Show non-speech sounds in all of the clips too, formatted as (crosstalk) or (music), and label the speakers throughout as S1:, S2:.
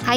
S1: Hi,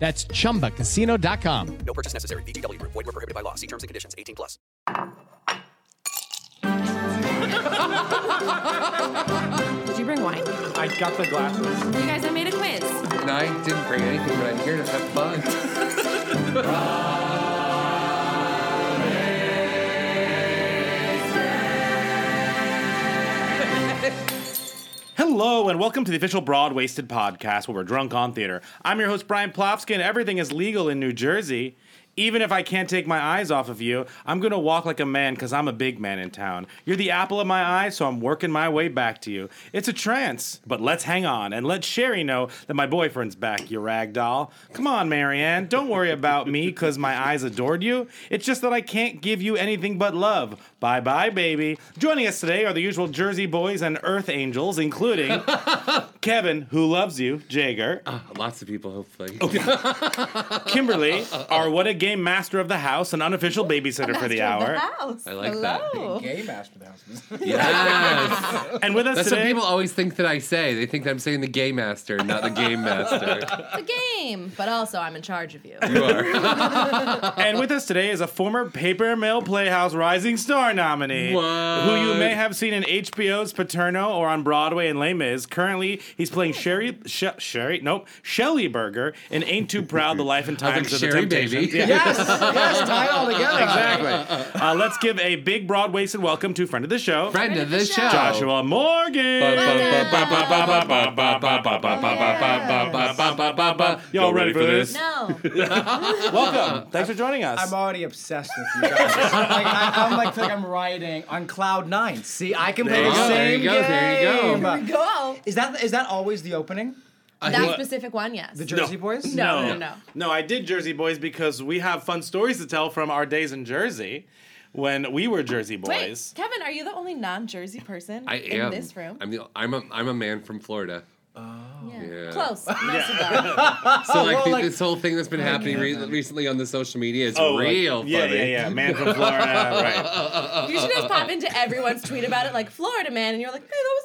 S2: That's chumbacasino.com.
S3: No purchase necessary. BGW. Void were prohibited by law. See terms and conditions. 18 plus.
S4: Did you bring wine? You
S5: I got the glasses.
S4: guys, I made a quiz.
S5: And I didn't bring anything, but I'm here to have fun.
S6: Hello, and welcome to the official Broad Wasted podcast where we're drunk on theater. I'm your host, Brian Plofsky, and everything is legal in New Jersey. Even if I can't take my eyes off of you, I'm going to walk like a man because I'm a big man in town. You're the apple of my eye, so I'm working my way back to you. It's a trance, but let's hang on and let Sherry know that my boyfriend's back, you rag doll. Come on, Marianne, don't worry about me because my eyes adored you. It's just that I can't give you anything but love. Bye bye, baby. Joining us today are the usual Jersey boys and Earth Angels, including Kevin, who loves you, Jager.
S5: Ah, Lots of people, hopefully. (laughs) Uh,
S6: Kimberly, our what a game master of the house, an unofficial babysitter for the hour.
S5: I like that.
S7: Gay master of the house.
S5: (laughs) Yes.
S6: and with us
S5: That's what
S6: today,
S5: people always think that I say. They think that I'm saying the gay master, not the game master.
S4: It's a game, but also I'm in charge of you.
S5: You are.
S6: (laughs) and with us today is a former Paper Mill Playhouse Rising Star nominee, who you may have seen in HBO's Paterno or on Broadway in Les Mis. Currently, he's playing Sherry, she, Sherry, nope, Shelley Burger in Ain't Too Proud: The Life and
S5: I was
S6: Times
S5: like,
S6: of the
S5: Sherry, baby.
S6: Temptations. Yeah.
S7: yes,
S6: (laughs)
S7: yes, tie it all together.
S6: Exactly. Uh, let's give a big broad waisted welcome to friend of the show,
S5: Friend of the show.
S6: Joshua Morgan. Y'all ready for this?
S4: No.
S6: Welcome. Thanks for joining us.
S7: I'm already obsessed with you guys. like, I, I'm like, feel like I'm riding on cloud nine. See, I can play
S5: There you
S7: the
S5: go, there
S7: same
S5: you go, there you go.
S7: game.
S5: Here
S4: Go.
S7: Is that is that always the opening?
S4: That specific one, yes.
S7: The Jersey Boys?
S4: No, no, no.
S6: No, I did Jersey Boys because we have fun stories to tell from our days in Jersey when we were Jersey
S4: Wait,
S6: Boys.
S4: Kevin, are you the only non-Jersey person
S5: I
S4: in
S5: am.
S4: this room? Oh.
S5: I'm, the, I'm, a, I'm a man from Florida. Yeah.
S4: Close. Most of them.
S5: So like,
S7: Oh, well,
S5: the- (laughs)
S7: like-
S5: this whole thing that's been happening re- recently on the social media is
S6: Oh, like-
S5: real funny.
S6: yeah, yeah, yeah. Man from Florida, right?
S4: You should
S7: Uh,
S4: just pop into everyone's tweet about it, like Florida man, and you're like, hey, that was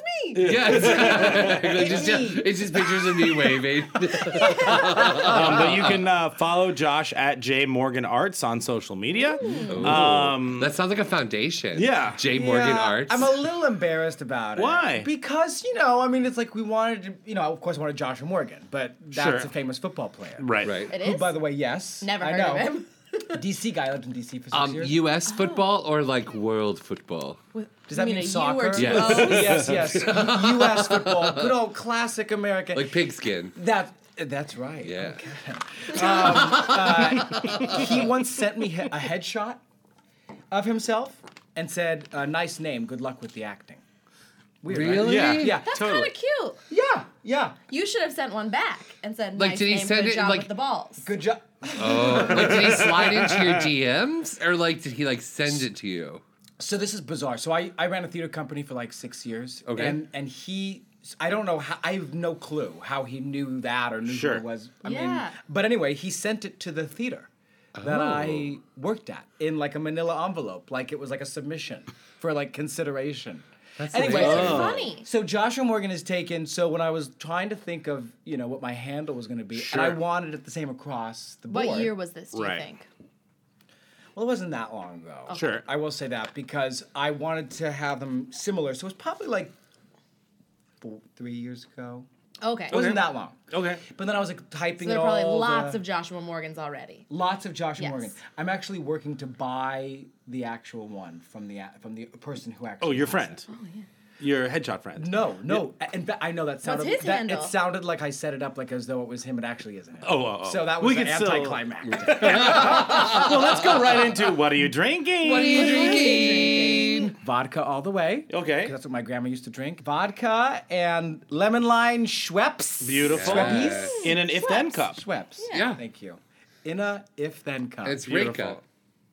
S5: (laughs)
S4: me.
S6: (laughs)
S5: Yes. It's just, yeah, it's just pictures of me waving.
S6: Um, but you can uh, follow Josh at J Morgan Arts on social media. Um,
S5: that sounds like a foundation.
S6: Yeah.
S5: J. Morgan
S7: Yeah,
S5: Arts.
S7: I'm a little embarrassed about it.
S6: Why?
S7: Because you know, I mean, it's like we wanted to, you know, of course, I wanted Joshua Morgan, but that's
S6: Sure.
S7: a famous football player.
S6: right.
S5: right.
S4: It
S7: Who,
S4: is.
S7: by the way, yes,
S4: Never
S7: I
S4: heard
S7: know.
S4: of him.
S7: DC guy I lived in DC for six
S5: Um,
S7: years.
S5: U.S. football or like world football?
S7: Does that
S4: You
S7: mean,
S4: mean a U or
S7: soccer?
S4: two
S5: Yes.
S4: O's?
S7: yes, yes. U.S. football, good old classic American.
S5: Like pigskin.
S7: that. That's right. Um, uh,
S5: Yeah.
S7: He once sent me he- a headshot of himself and said, uh, "Nice name. Good luck with the acting." Weird, right?
S5: Really?
S6: Yeah.
S7: Yeah.
S4: That's
S6: Totally.
S4: kind of cute.
S7: Yeah. Yeah.
S4: You should have sent one back and said,
S5: Like,
S4: nice
S5: did he
S4: name,
S5: send
S4: good
S5: it,
S4: job
S5: like-
S4: with the balls.
S7: Good job.
S5: Like, did he slide into
S6: (laughs)
S5: your DMs or like did he like send it to you?
S7: So this is bizarre. So I, I ran a theater company for like six years.
S5: Okay.
S7: And and he I don't know how I have no clue how he knew that or knew
S6: Sure.
S7: who it was. I
S4: Yeah.
S7: mean but anyway, he sent it to the theater that I
S5: Oh.
S7: worked at in like a manila envelope. Like it was like a submission for like consideration. That's anyway,
S5: amazing.
S4: That's funny.
S7: so Joshua Morgan is taken. So when I was trying to think of, you know, what my handle was going to be, and I
S6: Sure.
S7: wanted it the same across the board.
S4: What year was this, do
S6: Right.
S4: you think?
S7: Well, it wasn't that long though.
S6: Sure.
S7: I will say that because I wanted to have them similar. So it was probably like four, three years ago.
S4: Okay.
S7: It wasn't that long.
S6: Okay.
S7: But then I was like typing
S4: So there
S7: all
S4: are probably lots
S7: the-
S4: of Joshua Morgans already.
S7: lots of Josh
S4: Yes.
S7: Morgan. I'm actually working to buy the actual one from the from the person who actually.
S6: Oh, your
S7: has
S6: friend.
S7: it.
S6: Your headshot friend.
S7: No, no. In fact, I know that sounded
S4: his
S7: that,
S4: handle?
S7: it sounded like I set it up like as though it was him. It actually isn't. Him.
S6: Oh, oh, oh.
S7: so that
S6: We
S7: was
S6: could still-
S7: anticlimactic.
S6: (laughs) well, let's go right into what are you drinking?
S5: What are you drinking?
S7: Vodka all the way.
S6: Okay.
S7: 'Cause That's what my grandma used to drink. Vodka and lemon lime Schweppes.
S6: Beautiful.
S7: Schweppes.
S6: In an if then cup.
S7: Schweppes.
S5: Yeah.
S7: Thank you. In a if then cup.
S5: It's
S6: Beautiful.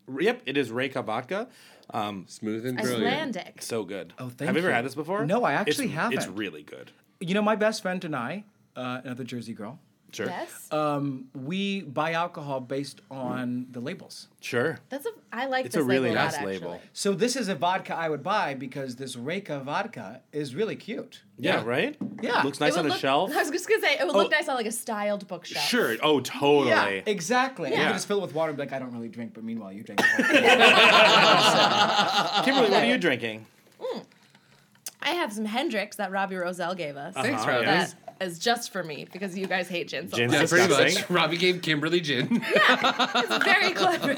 S5: Reka.
S6: Yep, it is Reka vodka. Um,
S5: Smooth and brilliant.
S4: Icelandic.
S6: so good. Oh,
S7: thank
S6: Have you ever
S7: you.
S6: had this before?
S7: No, I
S6: It's-
S7: actually haven't.
S6: It's really good.
S7: you know, my best friend and I, uh, another Jersey girl,
S6: Sure.
S4: Yes.
S7: we buy alcohol based on the labels.
S6: Sure.
S4: That's a. I like
S6: It's
S4: this
S6: a really
S4: label a lot,
S6: nice label.
S4: actually.
S7: So this is a vodka I would buy because this Reka vodka is really cute.
S6: Yeah,
S5: Yeah.
S6: right?
S7: Yeah.
S6: Looks
S4: It
S6: nice
S4: would
S6: on a
S4: look-
S6: shelf.
S4: (laughs) I was just gonna say it would look
S7: Oh.
S4: nice on like a styled bookshelf.
S6: Sure. Oh, totally.
S7: Yeah, exactly. And You
S6: Yeah.
S7: can just fill it with water and be like, I don't really drink, but meanwhile you drink. it.
S6: Kimberly, what are you drinking?
S4: I have some Hendrix that Robbie Roselle gave us.
S5: Thanks,
S6: Uh-huh,
S5: Robbie.
S6: yes.
S4: That is just for me because you guys hate gin. So
S6: Gin's
S4: much.
S5: Uh, Yeah, pretty much.
S6: Disgusting.
S5: Robbie gave Kimberly gin.
S4: It's
S6: (laughs)
S4: very clever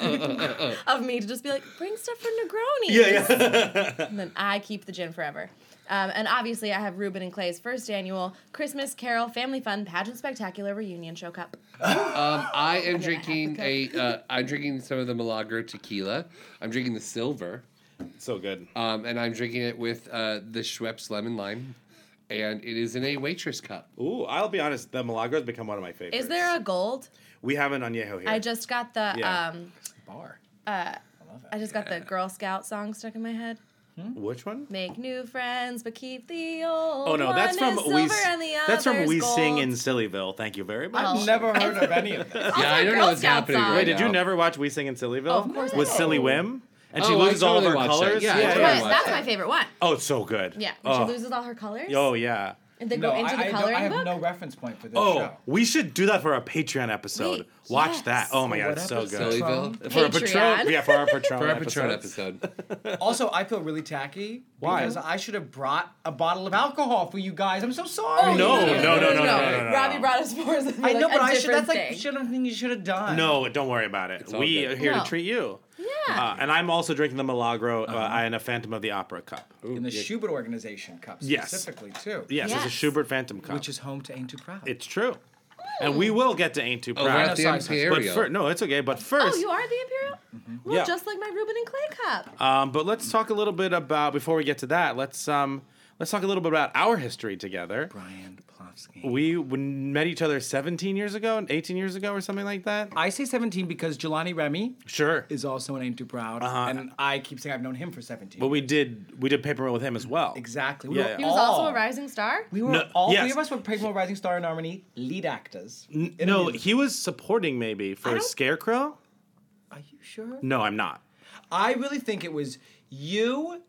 S4: of me to just be like, bring stuff for Negroni. (laughs) and then I keep the gin forever. Um, and obviously, I have Ruben and Clay's first annual Christmas Carol Family Fun Pageant Spectacular Reunion Show Cup.
S5: Um, I am drinking a. Uh, I'm drinking some of the Milagro tequila. I'm drinking the silver,
S6: So good.
S5: um, and I'm drinking it with uh, the Schweppes lemon lime, and it is in a waitress cup.
S6: Ooh, I'll be honest. The Milagro has become one of my favorites.
S4: Is there a gold?
S6: We have an añejo here.
S4: I just got the
S6: Yeah.
S4: um,
S7: Bar.
S4: I just got the Girl Scout song stuck in my head.
S6: Which one?
S4: Make new friends, but keep the old.
S6: Oh no, that's
S4: one
S6: from
S4: is
S6: we.
S4: silver and the
S6: That's from
S4: other's
S6: we sing
S4: gold.
S6: in Sillyville. Thank you very
S4: (laughs)
S6: much.
S7: I've (laughs) never heard of any of this.
S5: yeah, I don't know
S4: Girl
S5: what's
S4: Scout
S5: happening.
S4: song.
S5: Right
S6: Wait, did you
S5: now.
S6: never watch We Sing in Sillyville?
S4: Of course I
S6: With
S4: did.
S6: Silly Wim, and she
S5: Oh, I
S6: loses all of her
S5: totally watched that.
S6: colors.
S5: Yeah, I
S4: That's
S5: totally
S4: my-
S5: watched
S4: that's
S5: that.
S4: my favorite one.
S6: Oh, it's so good.
S4: Yeah, when
S6: Oh,
S4: she loses all her colors.
S6: oh yeah.
S4: And they
S7: No,
S4: go into
S7: I,
S4: the
S7: I don't-
S4: coloring
S7: I have
S4: book.
S7: no reference point for this
S6: Oh,
S7: show.
S6: we should do that for our Patreon episode.
S4: Wait,
S6: Watch
S4: yes.
S6: that. Oh my
S7: For
S6: god,
S7: what
S6: it's so
S7: episode?
S6: good.
S5: Sillyville
S7: Um,
S6: For a
S4: Patreon.
S6: Patron, yeah, for
S4: (laughs)
S6: our
S5: (laughs)
S6: Patron,
S5: for our Patron
S6: episodes.
S5: episode.
S7: Also, I feel really tacky
S6: Why?
S7: because I should have brought a bottle of alcohol for you guys. I'm so sorry.
S6: Oh, No, no, no, no, no, no, no.
S4: Robbie brought us fours. And
S7: I
S4: like,
S7: know, but
S4: a
S7: I should. That's
S4: different
S7: like
S4: thing.
S7: should have thing you should have done.
S6: No, don't worry about it.
S5: all
S6: We
S5: good.
S6: are here
S4: No.
S6: to treat you.
S4: Yeah.
S6: Uh, and I'm also drinking the Milagro uh, and a Phantom of the Opera cup.
S7: Uh-huh. in the Schubert Organization Cup
S6: Yes.
S7: specifically too.
S6: Yes, it's a
S4: Yes.
S6: Schubert Phantom cup.
S7: which is home to Ain't Too Proud.
S6: It's true. And
S4: Oh.
S6: we will get to Ain't Too
S7: Oh,
S5: Over at
S6: Proud.
S5: the
S7: Sorry, sorry.
S6: but
S5: Imperial.
S6: fir- no, it's okay. But
S4: oh,
S6: first,
S4: you are the imperial. Well,
S6: Yeah.
S4: just like my Reuben and Clay cup.
S6: um, but let's talk a little bit about before we get to that. Let's um, let's talk a little bit about our history together.
S7: Brian Plofsky.
S6: We w- met each other 17 years ago, 18 years ago, or something like that.
S7: I say 17 because Jelani Remy
S6: Sure.
S7: is also an Ain't Too Proud, and I keep saying I've known him for 17.
S6: Uh-huh. But we did we did Papermill with him as well.
S7: exactly. We
S6: Yeah,
S7: were
S6: yeah.
S4: he was
S7: all-
S4: also a rising star.
S7: We were
S6: No,
S7: all
S6: yes.
S7: three of us were Pigmo Rising Star and Harmony lead actors. In
S6: No,
S7: a music-
S6: he was supporting maybe for Scarecrow.
S7: Are you sure?
S6: No, I'm not.
S7: I really think it was you,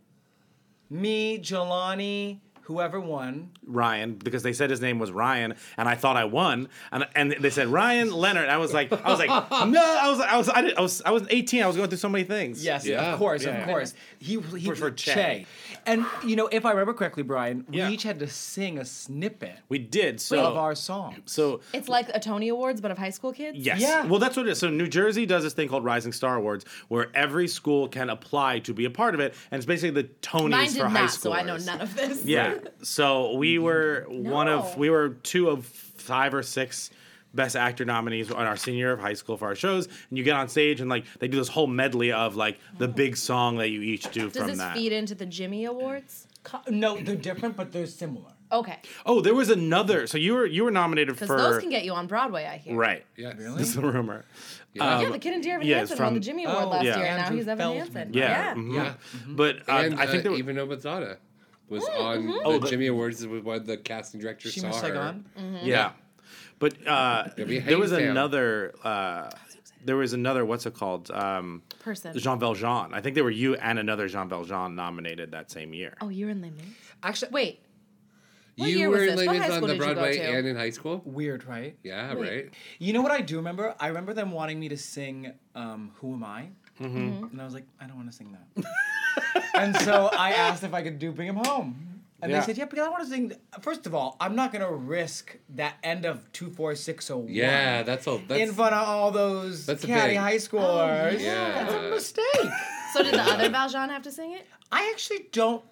S7: me, Jelani, whoever won.
S6: Ryan, because they said his name was Ryan, and I thought I won, and and they said Ryan Leonard. I was like,
S7: (laughs)
S6: I was like, no, I was, I was, I, did, I was, I was 18. I was going through so many things.
S7: Yes,
S5: Yeah.
S7: of course,
S6: Yeah.
S7: of course. He, he
S6: For- for Che.
S7: And you know, if I remember correctly, Brian,
S6: Yeah.
S7: we each had to sing a snippet
S6: we did. So,
S7: of our song.
S6: so
S4: It's like a Tony Awards, but of high school kids.
S6: Yes.
S7: Yeah.
S6: Well, that's what it is. So New Jersey does this thing called Rising Star Awards, where every school can apply to be a part of it, and it's basically the Tonys
S4: Mine did
S6: for high
S4: not,
S6: school.
S4: so I know none of this.
S6: Yeah. So we were one of
S4: No.
S6: we were two of five or six best actor nominees on our senior year of high school for our shows, and you get on stage and like they do this whole medley of like the big song that you each do
S4: Oh. Does
S6: from
S4: this
S6: that.
S4: feed into the Jimmy Awards?
S7: Co- No, they're different, but they're similar.
S4: Okay,
S6: oh, there was another. So you were you were nominated for
S4: because those can get you on Broadway. I hear.
S6: right.
S5: Yes.
S6: This is the rumor. Um,
S5: Um,
S4: yeah, the kid in Dear Evan
S6: yeah,
S4: Hansen
S6: from-
S4: won the Jimmy Award
S7: Oh,
S4: last
S6: yeah.
S4: year, and now
S7: Andrew
S4: he's Evan
S7: Feldman.
S4: Hansen.
S6: Yeah. mhm.
S5: Yeah. Mm-hmm.
S6: But uh,
S5: And
S6: I think Oh,
S5: uh,
S6: there was,
S5: even Obazada was
S4: Oh,
S5: on
S4: mm-hmm.
S5: the Jimmy Awards was one the casting director
S7: She
S5: saw
S7: must
S5: her.
S7: have gone.
S6: Yeah. But uh,
S5: be
S6: there was
S5: Hadestown.
S6: another. Uh, there was another. What's it called? Um,
S4: Person.
S6: Jean Valjean. I think there were you and another Jean Valjean nominated that same year.
S4: Oh, you're in Les Mis.
S7: Actually,
S4: Wait, What
S5: you
S4: year
S5: were
S4: was
S5: in
S4: this? What
S5: Ladies
S4: high
S5: on
S4: school
S5: the
S4: did you go
S5: Broadway
S4: to?
S5: and in high school.
S7: weird, right?
S5: Yeah, right.
S7: You know what I do remember? I remember them wanting me to sing um, "Who Am I,"
S5: And I was like, I don't want to sing that. (laughs) and so I asked if I could do Bring Him Home. And
S6: Yeah.
S5: they said, yeah, because I want to sing. First of all, I'm not going to risk that end of 24601
S7: Yeah, that's all. That's,
S5: oh, in front of all those
S7: That's a
S5: catty
S7: big- Oh,
S5: high schoolers.
S7: yeah.
S5: That's a mistake.
S4: So
S5: (laughs)
S4: did the other Valjean have to sing it,
S5: I actually don't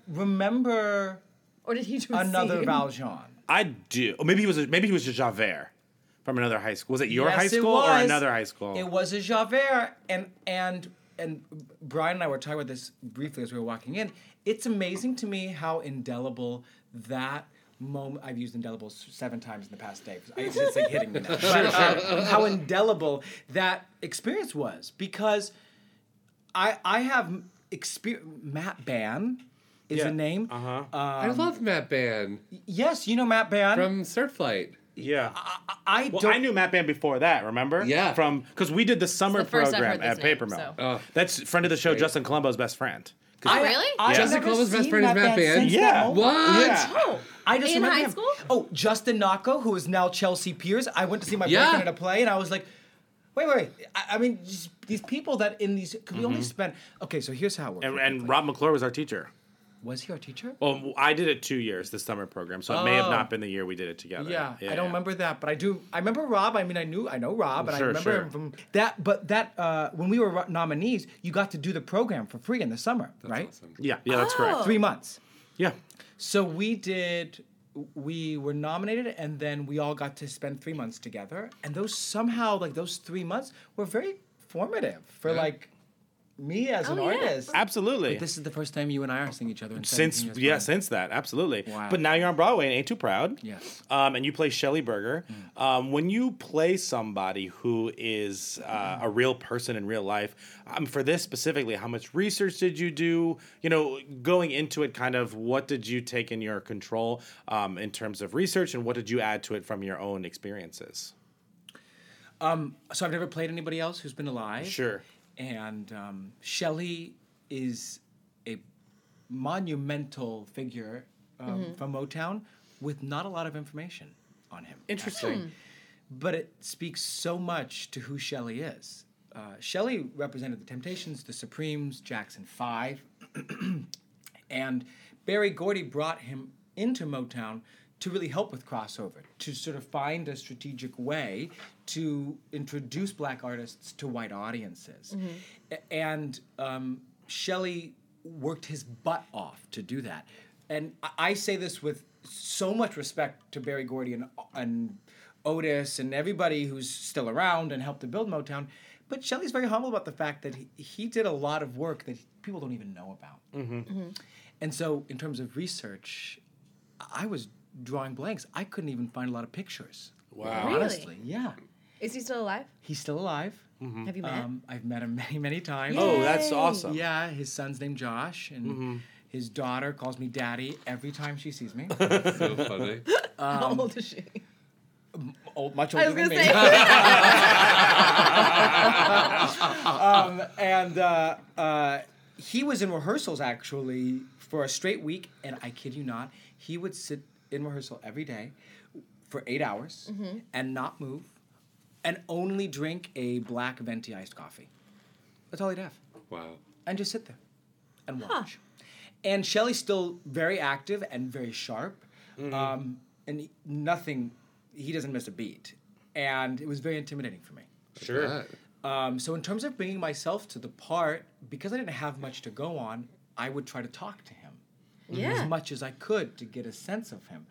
S5: remember
S4: or did he just
S5: another
S4: sing?
S5: Valjean.
S6: I do. Or maybe he was. Maybe he was just Javert from another high school. Was it your
S5: Yes,
S6: high
S5: it
S6: school or
S5: was.
S6: another high school?
S5: It was a Javert, and and and Brian and I were talking about this briefly as we were walking in. It's amazing to me how indelible that moment. I've used indelible s- seven times in the past day. It's it's like hitting me
S6: (laughs)
S5: now. But, uh, how indelible that experience was because I I have experience. Matt Ban is
S6: Yeah.
S5: a name.
S6: Uh-huh.
S7: I love Matt Ban
S5: Yes, you know Matt Ban.
S7: from Surf Flight.
S6: yeah.
S5: I
S6: Well,
S5: don't.
S6: I knew Matt Band before that. Remember?
S7: Yeah.
S6: From because we did the summer
S4: It's the first I've
S6: program
S4: heard this
S6: at
S4: name,
S6: Paper Mill.
S4: so.
S5: Oh.
S6: That's friend of the show, Justin Colombo's best friend. 'Cause-
S5: I-
S4: Really?
S5: I've
S6: Jessica
S5: never
S7: Alba's best
S5: seen
S7: friend is Matt Ban?
S5: since that
S6: Yeah.
S5: moment.
S7: What?
S6: Yeah.
S5: I just
S4: In
S5: remember
S4: high
S5: him.
S4: school?
S5: Oh, Justin Nako, who is now Chelsea Piers. I went to see my
S7: Yeah.
S5: boyfriend at a play, and I was like, "Wait, wait, wait. I, I mean, just these people that in these we
S7: Mm-hmm.
S5: only spend. Okay, so here's how it worked.
S6: And, and Rob McClure was our teacher.
S5: was he our teacher?
S6: Well, I did it two years, the summer program, so it may have not been the year we did it together.
S5: Oh. Yeah, I don't remember that, but I do. I remember Rob. I mean, I knew, I know Rob, and
S6: Oh, Sure,
S5: I remember
S6: sure.
S5: him from that. But that uh, when we were ro- nominees, you got to do the program for free in the summer, right?
S6: Yeah, yeah, that's correct.
S5: Three months.
S6: Yeah.
S5: So we did. We were nominated, and then we all got to spend three months together. And those somehow, like those three months, were very formative for like me as an
S4: Oh, yeah.
S5: artist.
S6: Absolutely.
S5: This is the first time you and I are seeing each other in
S6: since
S5: 17 years,
S6: yeah,
S5: right?
S6: since that, absolutely.
S5: Wow.
S6: But now you're on Broadway and Ain't Too Proud.
S5: Yes.
S6: Um, and you play Shelley Berger. Um, when you play somebody who is uh, a real person in real life, um, for this specifically, how much research did you do? You know, going into it, kind of what did you take in your control um, in terms of research, and what did you add to it from your own experiences?
S5: so I've never played anybody else who's been alive.
S6: Sure.
S5: And um, Shelley is a monumental figure um, from Motown with not a lot of information on him.
S6: Interesting.
S5: actually. But it speaks so much to who Shelley is. Uh, Shelley represented the Temptations, the Supremes, Jackson 5, and Barry Gordy brought him into Motown to really help with crossover, to sort of find a strategic way to introduce black artists to white audiences. A- And um, Shelley worked his butt off to do that. And I- I say this with so much respect to Barry Gordy and, and Otis and everybody who's still around and helped to build Motown. But Shelley's very humble about the fact that he, he did a lot of work that people don't even know about. And so, in terms of research, I was drawing blanks. I couldn't even find a lot of pictures. Wow.
S4: Really?
S5: Honestly, yeah.
S4: Is he still alive?
S5: He's still alive.
S4: Have you met?
S5: Um, I've met him (laughs) many, many times.
S6: Oh, that's awesome.
S5: Yeah, his son's named Josh, and his daughter calls me daddy every time she sees (laughs) me.
S7: So funny.
S4: How old is she?
S5: Old, Oh, much older
S4: I was
S5: than
S4: gonna
S5: me.
S4: say.
S5: um, and uh, uh, he was in rehearsals actually for a straight week, and I kid you not, he would sit in rehearsal every day for eight hours and not move, and only drink a black venti iced coffee. That's all he'd have
S7: Wow.
S5: and just sit there and watch. And Shelley's still very active and very sharp, um, and he- nothing. He doesn't miss a beat, and it was very intimidating for me.
S6: Sure.
S7: That-
S5: Um, so in terms of bringing myself to the part, because I didn't have much to go on, I would try to talk to him as
S4: yeah.
S5: much as I could to get a sense of him,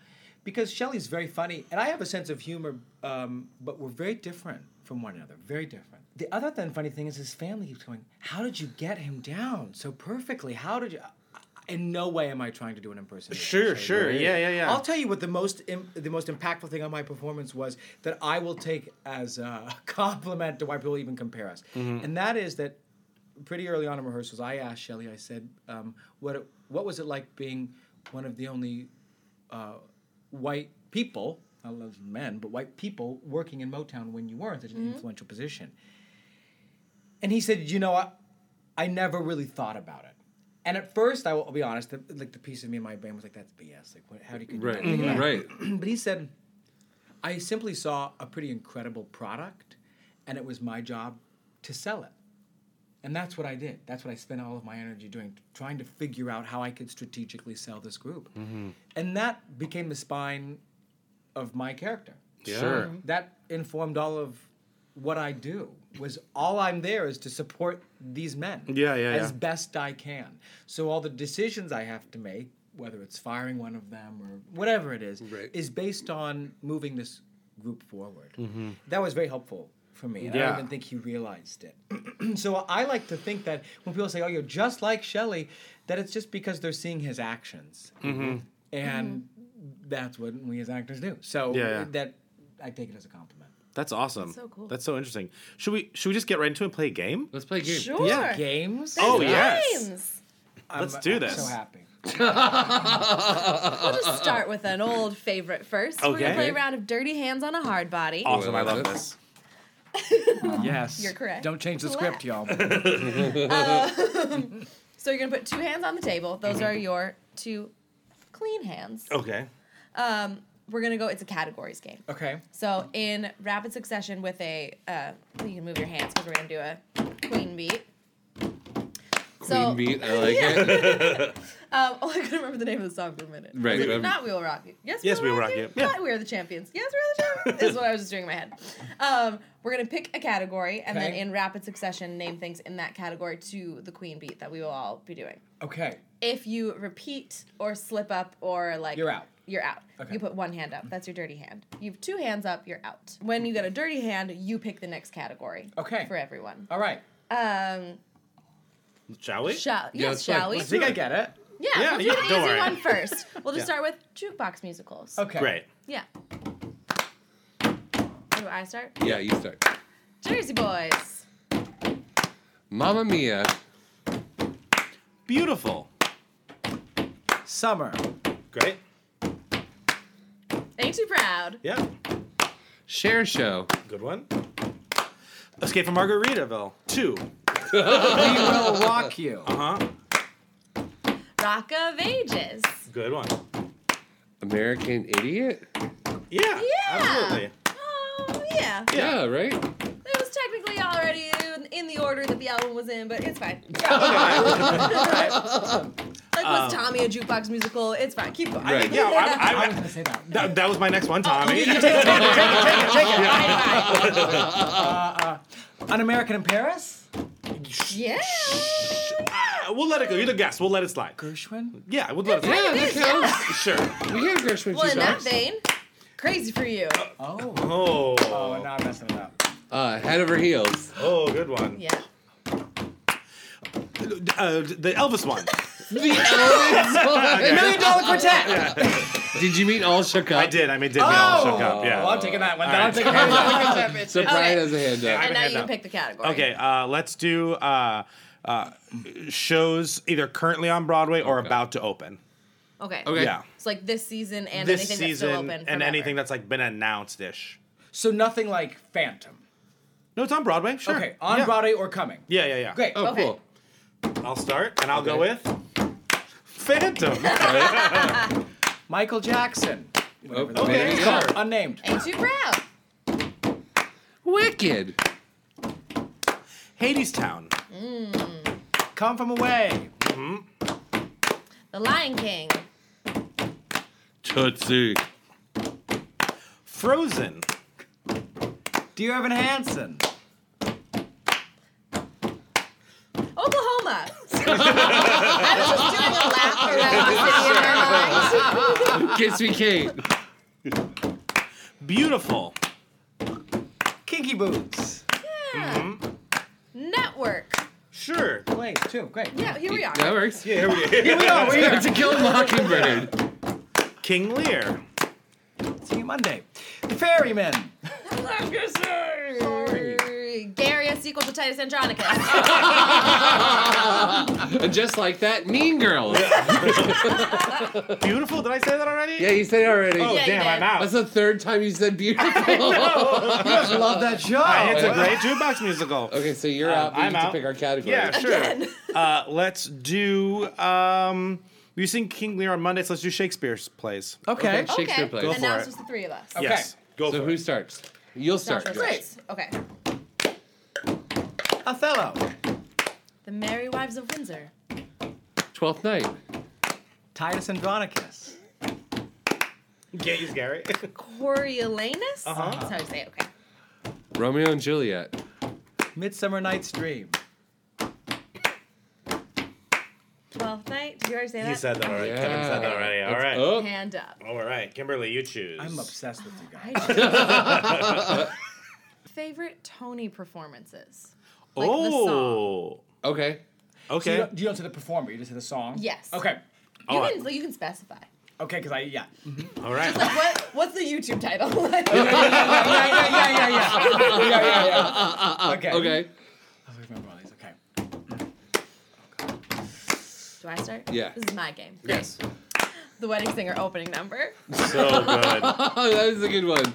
S5: because Shelley's very funny, and I have a sense of humor, um, but we're very different from one another. Very different. The other then funny thing is his family keeps going, "How did you get him down so perfectly? How did you?" I- I- In no way am I trying to do an impersonation. of
S6: Sure,
S5: Shelley
S6: sure.
S5: Berry.
S6: Yeah, yeah, yeah.
S5: I'll tell you what the most Im- the most impactful thing on my performance was that I will take as a (laughs) compliment to why people even compare us,
S6: Mm-hmm.
S5: and that is that pretty early on in rehearsals, I asked Shelley, I said, um, what it- what was it like being one of the only uh, white people, not love men, but white people working in Motown when you were in such an influential position? And he said, you know, I, I never really thought about it. And at first, I will I'll be honest, the, like the piece of me in my brain was like, that's BS. Like, what, how do you could you
S7: Right.
S5: do that?
S7: Right.
S5: (clears throat) but he said, I simply saw a pretty incredible product, and it was my job to sell it. And that's what I did. That's what I spent all of my energy doing, trying to figure out how I could strategically sell this group.
S7: Mm-hmm.
S5: And that became the spine of my character.
S6: Sure.
S5: That informed all of what I do. Was all I'm there is to support these men.
S6: Yeah, yeah,
S5: As
S6: yeah.
S5: best I can. So all the decisions I have to make, whether it's firing one of them or whatever it is,
S7: Right.
S5: is based on moving this group forward. That was very helpful for me. and I
S6: Mm-hmm. Yeah.
S5: don't even think he realized it. (clears throat) so I like to think that when people say, "Oh, you're just like Shelley," that it's just because they're seeing his actions,
S6: Mm-hmm.
S5: and that's what we as actors do. So
S6: Yeah, yeah.
S5: that I take it as a compliment.
S6: That's awesome.
S4: so cool.
S6: That's so interesting. Should we should we just get right into it and play a game?
S7: Let's
S5: Mm-hmm.
S7: play a game.
S4: Sure.
S6: Yeah.
S5: Games.
S6: Oh yes.
S4: Games.
S6: Let's do this.
S5: So happy. Uh,
S4: We'll just start with an old favorite first. We're
S6: Okay.
S4: gonna play a round of Dirty Hands on a Hard Body.
S6: Awesome. I love this.
S5: Yes.
S4: You're correct.
S5: Don't change the
S4: Clap.
S5: script, y'all.
S4: (laughs) So you're gonna put two hands on the table. Those
S5: Mm-hmm.
S4: are your two clean hands.
S6: Okay.
S4: Um, we're gonna go. It's a categories game.
S5: Okay.
S4: So in rapid succession with a, uh, well, you can move your hands because we're gonna do a queen beat.
S6: Oh.
S4: so,
S7: Queen beat. I like it.
S4: Um, (laughs) oh, I couldn't remember the name of the song for a minute.
S7: Right,
S4: Was it
S7: um,
S4: not We Will Rock You. Yes,
S6: Yes, We Will Rock You. Yeah.
S4: Not We Are the Champions. Yes, We Are the Champions. is what I was just doing in my head. Um, we're gonna pick a category and then
S5: Okay.
S4: in rapid succession name things in that category to the queen beat that we will all be doing.
S5: Okay.
S4: If you repeat or slip up or like
S5: You're out.
S4: You're out.
S5: Okay. Mm-hmm.
S4: You put one hand up. That's your dirty hand. You have two hands up. You're out. When you get a dirty hand, you pick the next category.
S5: Okay.
S4: For everyone.
S5: All right.
S4: Um.
S6: (laughs) Shall we?
S4: Shall yes.
S7: let's
S4: Shall
S7: play-
S4: we?
S5: I think I get it.
S4: Yeah.
S6: Yeah,
S4: we'll do
S6: yeah,
S4: the
S6: don't
S4: easy
S6: worry.
S4: one first. We'll just start with jukebox musicals.
S5: Okay.
S6: Great.
S4: Yeah. Do I start?
S7: yeah, you start.
S4: Jersey Boys.
S7: Mamma Mia.
S6: Beautiful.
S5: Summer.
S6: Great.
S4: Ain't too proud.
S6: Yeah.
S7: Share show.
S6: Good one. Escape from Margaritaville. Two.
S5: We will rock
S6: (laughs)
S5: you.
S6: Uh huh.
S4: Rock of Ages.
S6: Good one.
S7: American Idiot.
S6: Yeah.
S4: Yeah.
S6: Absolutely.
S4: Oh yeah.
S7: Yeah, right.
S4: It was technically already in, in the order that the album was in, but it's fine. (laughs) like was Tommy a jukebox musical? It's fine. Keep going. (laughs)
S7: Right.
S5: I
S6: Yeah. I,
S5: was
S6: I,
S5: gonna say that.
S6: that, that was my next one, Tommy.
S4: Oh,
S6: (laughs)
S5: An American in Paris.
S4: Yeah.
S6: Ah, we'll let it go. You're the guest. We'll let it slide.
S5: Gershwin.
S6: Yeah, we'll let it
S7: Yeah,
S6: slide.
S7: that counts.
S6: Sure.
S7: We have Gershwin
S4: Well, in that
S7: jukebox.
S4: vein, crazy for you.
S5: Oh.
S6: Oh.
S5: Oh, now I'm messing it up.
S7: Uh, head over heels.
S6: Oh, good one.
S4: Yeah.
S6: Uh, the Elvis one.
S7: The
S6: (laughs)
S7: elements.
S5: Million Dollar Quartet.
S7: Did you mean all shook up?
S6: I did. I mean, did. Oh. all shook up. Yeah.
S5: Well, I'm taking that one.
S6: All
S5: Then I'm
S6: right.
S5: taking Million
S6: (laughs)
S5: Dollar Quartet, bitch.
S7: So Brian has a hand up.
S6: I
S4: And now
S6: had
S4: you can
S6: that.
S4: pick the category.
S6: Okay, uh, let's do uh, uh, shows either currently on Broadway or about to open.
S4: Okay.
S7: Okay.
S6: Yeah.
S4: It's like this season and
S6: this
S4: anything
S6: season
S4: that's still open.
S6: and
S4: forever.
S6: anything that's like been announced ish.
S5: So nothing like Phantom.
S6: No, it's on Broadway. Sure.
S5: Okay, on
S6: yeah.
S5: Broadway or coming.
S6: Yeah, yeah, yeah.
S5: Great.
S7: Oh,
S4: Okay.
S7: cool.
S6: I'll start and I'll go
S7: Okay.
S6: with Phantom.
S5: Michael Jackson.
S6: Oh,
S5: Whatever that
S7: okay,
S5: is.
S7: sure.
S5: Unnamed.
S4: Ain't too proud.
S7: Wicked.
S6: (laughs) Hades Town.
S5: Come from away.
S4: The Lion King.
S7: Tootsie.
S6: Frozen.
S5: Dear Evan Hansen.
S4: Oklahoma. (laughs) I was just doing a lap around the city in my mind.
S7: Kiss me, Kate.
S6: Beautiful.
S5: Kinky Boots.
S4: Yeah. Network.
S6: Sure.
S5: Wait, two. Great.
S4: Yeah, here we are.
S7: That works.
S6: Yeah, here we go.
S5: Oh, we're
S7: To kill a (laughs) mockingbird.
S6: King Lear.
S5: See you Monday. The (laughs) Ferryman.
S4: Gary, a sequel to Titus
S6: (laughs)
S4: Andronicus.
S7: And just like that, Mean Girls.
S6: Beautiful. Did I say that already?
S7: Yeah, you said it already.
S6: Oh,
S4: Yeah, you
S6: damn,
S4: did.
S6: I'm out.
S7: That's the third time you said (laughs)
S6: (laughs)
S7: beautiful.
S5: Love that show.
S6: it's a great jukebox musical.
S7: okay, so you're
S6: Um,
S7: out. but
S6: I'm
S7: you get
S6: out.
S7: to pick our category.
S6: Yeah, sure. (laughs) Uh, let's do. Um, you sing King Lear on Mondays. Let's do Shakespeare's plays.
S5: okay.
S7: Okay. Shakespeare plays.
S6: Go
S4: and
S6: for
S4: now
S6: it.
S4: it's just the three of us.
S5: Okay.
S6: Yes. Go
S7: So
S6: for
S7: who
S6: it.
S7: starts? You'll start.
S4: Joshua
S7: Josh.
S4: starts. Okay.
S5: Othello.
S4: The Merry Wives of Windsor.
S6: Twelfth Night.
S5: Titus Andronicus.
S8: Get you,
S6: (laughs)
S8: Gary.
S4: Coriolanus? Uh-huh. That's how you say it, okay.
S6: Romeo and Juliet.
S5: Midsummer Night's Dream.
S4: Twelfth night. Did you already say that?
S8: he said that already. Kevin said that already. All right.
S6: Oh,
S4: Hand up.
S8: All right. Kimberly, you choose.
S5: I'm obsessed with you guys.
S4: I- Favorite Tony performances? Like the song.
S8: oh.
S6: okay.
S5: So you,
S8: Okay.
S5: don't, you don't say the performer, you just say the song?
S4: Yes.
S5: Okay.
S4: You
S8: All
S4: can you can specify.
S5: Okay, because I, yeah.
S8: All right.
S4: Like what what's the YouTube title? (laughs) Like-
S5: yeah, yeah, (laughs) yeah, yeah, yeah. yeah, yeah,
S6: (laughs) Uh,
S5: yeah. Okay.
S6: Okay.
S5: I remember all these. Okay.
S4: Do I start?
S6: Yeah.
S4: This is my game.
S6: Yes.
S4: The wedding singer opening number.
S8: So good.
S6: (laughs) Oh, that was a good one.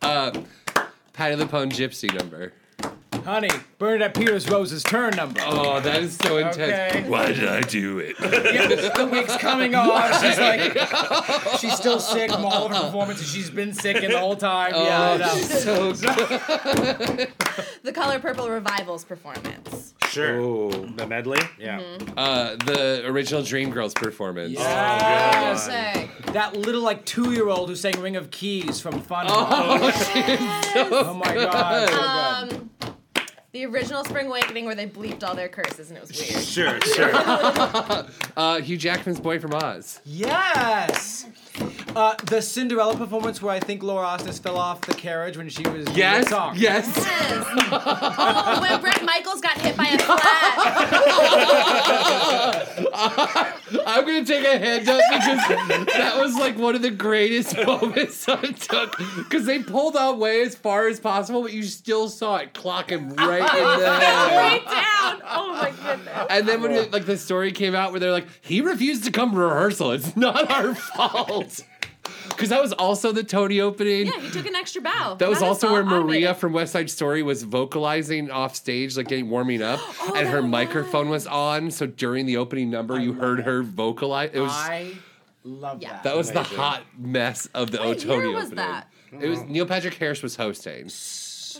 S6: Uh, Pat of the Pun Gypsy number.
S5: Honey, Bernadette Peters Rose's turn number.
S6: Oh, that is so intense.
S5: Okay.
S6: Why did I do it?
S5: (laughs) Yeah, the wig's coming off. She's
S6: (laughs)
S5: like, she's still sick from all of her performances. She's been sick in the whole time.
S6: Oh,
S5: yeah, I know.
S4: (laughs)
S6: so good.
S4: The Color Purple Revivals performance.
S8: Sure.
S6: Oh.
S8: The medley? Yeah.
S4: Mm-hmm.
S6: Uh, the original Dreamgirls performance. Uh,
S8: Oh, good.
S4: Sick.
S5: (laughs) That little like two-year-old who sang "Ring of Keys" from Fun. Oh,
S6: (laughs)
S5: my god. so good.
S4: Um, the original Spring Awakening where they bleeped all their curses and it was weird.
S8: Sure, sure.
S6: Uh, Hugh Jackman's boy from Oz.
S5: Yes. Uh, the Cinderella performance where I think Laura Osnes fell off the carriage when she was doing the
S6: Yes. (laughs)
S5: song.
S6: Yes.
S4: Yes. (laughs) oh, when Brett Michaels got hit by a flat.
S6: I'm gonna take a hand up because that was like one of the greatest moments I took. Because they pulled out way as far as possible, but you still saw it clock him (laughs) right in
S8: (laughs)
S6: the head.
S4: right down. Oh my goodness.
S6: And
S5: (laughs)
S6: then when like (laughs) the story came out where they're like, he refused to come to rehearsal. It's not our (laughs) fault. Because that was also the Tony opening.
S4: Yeah, he took an extra bow.
S6: That was
S4: Not a
S6: also
S4: song,
S6: where Maria
S4: automated.
S6: from West Side Story was vocalizing off stage, like getting
S4: (gasps)
S6: warming up, and her
S4: Oh, that
S6: microphone was on. So during the opening number, you heard her vocalize. It was
S5: I love
S4: Yeah.
S5: that.
S6: that was the hot mess of the
S4: What year
S6: O'Tony
S4: was
S6: opening.
S4: that?
S6: It
S8: Oh.
S6: was Neil Patrick Harris was hosting.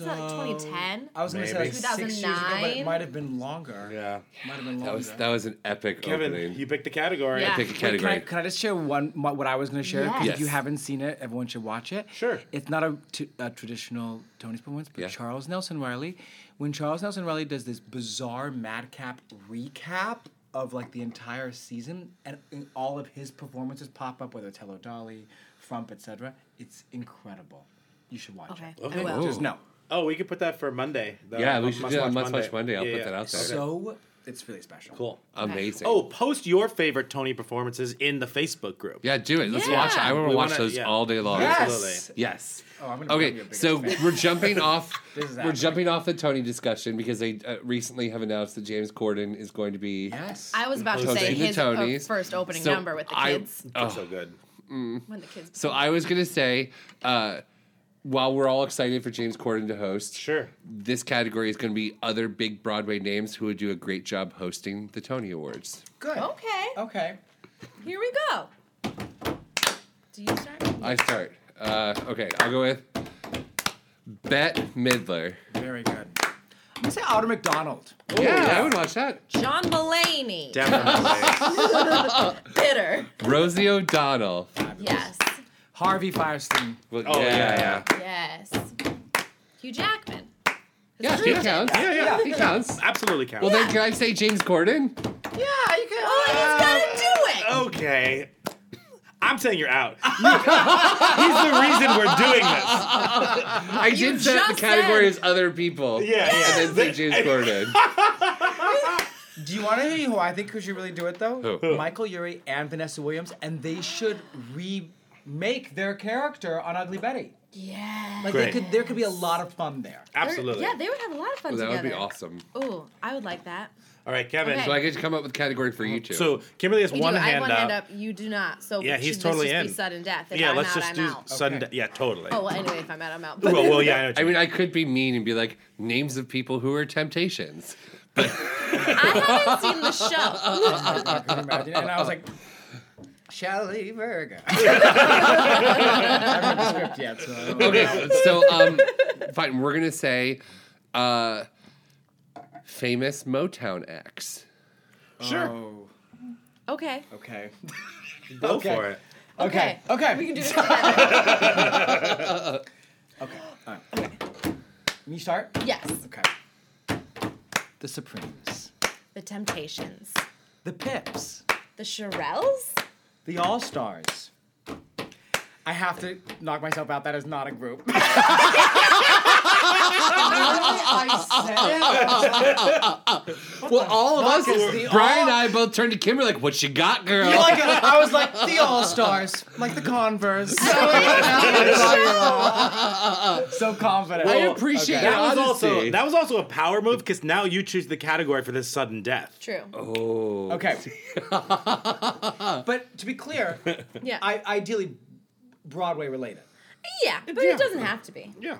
S4: Was that like 2010?
S5: I was gonna say
S8: Maybe.
S5: like six years ago, but it
S4: 2009?
S5: might have been longer.
S8: yeah.
S5: Might have been longer.
S6: That was that was an epic
S8: Kevin,
S6: opening.
S8: you picked the category.
S4: Yeah.
S6: Pick a
S5: Can I,
S6: category.
S5: can I just share one my, what I was going to share? 'Cause
S4: Yes.
S5: If you
S6: Yes.
S5: haven't seen it, everyone should watch it.
S8: Sure.
S5: It's not a, t- a traditional Tony's performance, but
S6: Yeah.
S5: Charles Nelson Riley, when Charles Nelson Riley does this bizarre madcap recap of like the entire season, and, and all of his performances pop up, whether it's Hello Dolly, Frump, etc. It's incredible. You should watch
S4: Okay.
S5: it.
S4: I will.
S5: Just no.
S8: Oh, we could put that for Monday. The
S6: yeah, we
S8: Must-
S6: should
S8: Must
S6: do that.
S8: Watch
S6: Must Watch Monday. I'll
S8: Yeah,
S6: put
S8: yeah.
S6: that out there.
S5: So it's really special.
S8: Cool.
S6: Amazing.
S8: Oh, post your favorite Tony performances in the Facebook group.
S6: yeah, do it. Let's
S4: Yeah.
S6: watch. it. I want
S8: We
S6: to watch
S8: wanna-
S6: those
S8: yeah.
S6: all day long.
S5: Yes.
S6: Yes.
S5: Oh, I'm gonna become
S6: Okay,
S5: your biggest
S6: so
S5: fan.
S6: we're (laughs) jumping off.
S8: (laughs)
S5: This is
S6: we're
S5: happening.
S6: jumping off the Tony discussion because they uh, recently have announced that James Corden is going to be.
S5: Yes.
S4: I was about to say
S6: Hosting the
S4: his uh,
S6: Tonys.
S4: first opening
S6: So
S4: number with the
S6: I-
S4: kids.
S6: oh,
S8: So good.
S4: when the kids.
S6: so I was gonna say, uh, while we're all excited for James Corden to host,
S8: Sure.
S6: this category is going to be other big Broadway names who would do a great job hosting the Tony Awards.
S5: Good.
S4: Okay.
S5: Okay.
S4: Here we go. Do you start?
S6: I start. Uh, okay, I'll go with Bet Midler.
S5: Very good. I'm gonna say Outer McDonald.
S6: yeah, I would watch that.
S4: John Mulaney.
S8: Definitely.
S4: Bitter.
S6: (laughs) Rosie O'Donnell.
S4: Yes.
S5: Harvey Firestein.
S6: Well,
S8: oh, yeah, yeah.
S4: Yes. Hugh Jackman.
S6: Yeah, he counts. Yeah, yeah, he counts.
S8: Absolutely counts.
S6: Well, then can I say James Corden?
S4: Yeah, you can. Oh, he's gotta do it.
S8: okay. I'm saying you're out. (laughs) He's the reason we're doing this.
S6: I did set up the
S4: just
S6: category
S4: said-
S6: as other people.
S8: Yeah, yeah.
S6: And then say James (laughs) Corden.
S5: Do you want to hear who I think who should really do it though?
S6: Who?
S5: Michael Urie and Vanessa Williams, and they should remake their character on Ugly Betty.
S4: Yeah.
S5: Like
S8: Great.
S5: they could, there could be a lot of fun there.
S8: Absolutely.
S4: Yeah, they would have a lot of fun
S6: Well, that
S4: together.
S6: would be awesome.
S4: Ooh, I would like that.
S8: All right, Kevin.
S4: Okay.
S6: So I get to come up with a category for you two.
S8: So Kimberly has
S4: You
S8: one,
S4: do. I have
S8: hand,
S4: one
S8: up.
S4: hand up. You do not. So
S8: Yeah, he's
S4: should
S8: totally
S4: this just
S8: in.
S4: Be sudden death. If
S8: Yeah,
S4: I'm
S8: let's
S4: out,
S8: just
S4: I'm
S8: do
S4: out.
S8: sudden.
S5: Okay.
S8: de- Yeah, totally.
S4: Oh, well, anyway, if I'm out, I'm out. But
S8: well, well, yeah. I, know what
S6: I
S8: you
S6: mean, I could be mean and be like, names of people who are (laughs) temptations.
S4: I haven't seen the show.
S5: I could imagine. And I was like, Shelly Virgo. (laughs) I haven't read the script yet, so
S6: (laughs)
S5: I don't know.
S6: so um fine we're gonna say uh
S4: Sure.
S7: Famous Motown acts.
S6: Sure.
S4: Um,
S5: Oh,
S4: Okay.
S5: okay.
S6: Go
S5: okay.
S6: for it.
S5: Okay. Okay.
S4: We can
S5: (laughs)
S4: do this together.
S5: Can you start?
S4: yes.
S5: Okay. The Supremes,
S4: The Temptations.
S5: the Pips,
S4: The Shirelles?
S5: the All Stars. I have to knock myself out. That is not a group. (laughs)
S7: Well, all of us,
S5: fuck is the
S7: Brian and
S5: all-
S7: I both turned to Kimberly like, "What you got, girl?"
S5: You're like, I was like the All Stars, like the Converse. So, So confident.
S7: I
S4: Oh,
S7: appreciate
S5: Okay.
S7: your
S6: That was
S7: honesty.
S6: also that was also a power move because now you choose the category for this sudden death.
S4: True.
S5: Okay. (laughs) but to be clear,
S4: Yeah.
S5: I ideally Broadway related.
S4: yeah, but
S6: Yeah.
S4: it doesn't have to be.
S6: Yeah,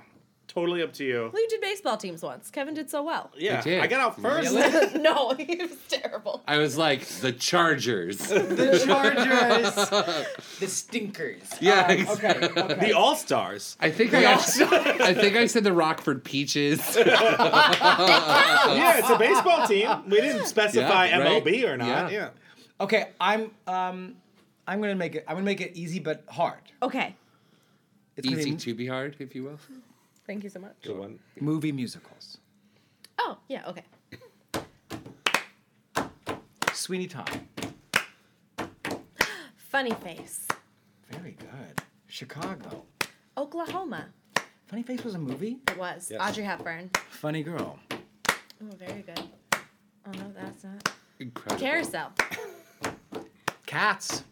S6: totally up to you.
S4: Well, you did baseball teams once. Kevin did so well. (laughs)
S6: Yeah,
S7: did.
S6: I got out first.
S4: no, he was terrible.
S7: (laughs) I was like the Chargers.
S5: The
S7: (laughs)
S5: Chargers, the Stinkers. Um,
S7: yeah.
S5: Okay. okay.
S7: (laughs)
S6: (laughs) The All Stars.
S7: I think I, I think I said the Rockford Peaches.
S6: (laughs) yeah, it's a baseball team. We didn't specify
S7: Yeah, right?
S6: MLB or not.
S7: Yeah.
S6: Yeah.
S5: Okay. I'm um, I'm gonna make it. I'm gonna make it easy but hard.
S4: Okay.
S5: It's gonna
S7: Easy
S5: be
S7: to be hard, if you will.
S4: Thank you so much.
S6: Good one.
S5: movie musicals.
S4: Oh, yeah, okay.
S5: Sweeney Todd.
S4: Funny Face.
S5: Very good. Chicago.
S4: Oklahoma.
S5: Funny Face was a movie.
S4: It was. Audrey Hepburn.
S5: Funny Girl.
S4: Oh, very good. Oh, no, that's not.
S7: Incredible.
S4: Carousel.
S5: Cats.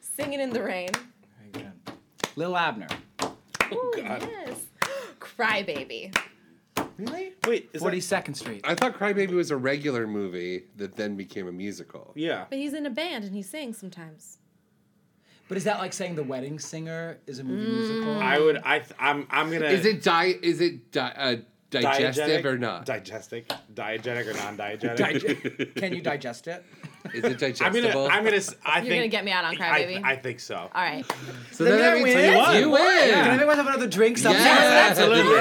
S4: Singing in the Rain.
S5: Very good. Lil Abner.
S4: Oh, yes. (gasps) Crybaby.
S5: Really?
S6: Wait, is
S5: Forty
S6: that,
S5: Second Street.
S7: I thought Crybaby was a regular movie that then became a musical.
S6: yeah.
S4: But he's in a band and he sings sometimes.
S5: But is that like saying The Wedding Singer is a movie musical?
S6: I would. I. Th- I'm. I'm gonna.
S7: Is it di- Is it di- uh, digestive
S6: diegetic-
S7: or not?
S6: Digestic, diegetic or non-diegetic.
S5: Dig- (laughs) Can you digest it?
S7: is it
S6: I'm gonna.
S7: digestible?
S6: I'm gonna. si think.
S4: You're gonna get me out on
S6: I,
S4: Crybaby.
S6: I think so.
S4: All right.
S7: so then that
S5: I
S7: means
S5: win?
S7: like, you
S6: What?
S7: win.
S5: Can I make myself another drink (laughs) sometime?
S7: Yes,
S6: Absolutely.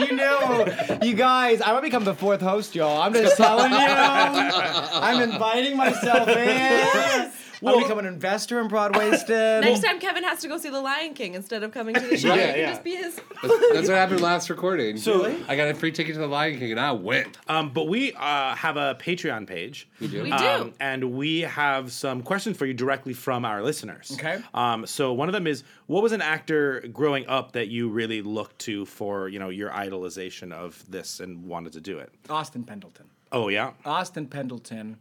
S5: Yes, you know, you guys, I might become the fourth host, y'all. I'm (laughs) just telling you. I'm inviting myself in.
S7: (laughs)
S5: I'm gonna become an investor in Broadwasted.
S4: Next time Kevin has to go see The Lion King instead of coming to the show.
S6: Yeah,
S4: it can
S6: yeah.
S4: just be his.
S7: That's what happened last recording.
S6: So- Really?
S7: I got a free ticket to the Lion King and I went.
S6: Um, but we uh, have a Patreon page. We
S7: do?
S4: We do.
S6: Um, And we have some questions for you directly from our listeners.
S5: Okay.
S6: Um, so one of them is, what was an actor growing up that you really looked to for, you know, your idolization of this and wanted to do it?
S5: Austin Pendleton.
S6: Oh yeah.
S5: Austin Pendleton,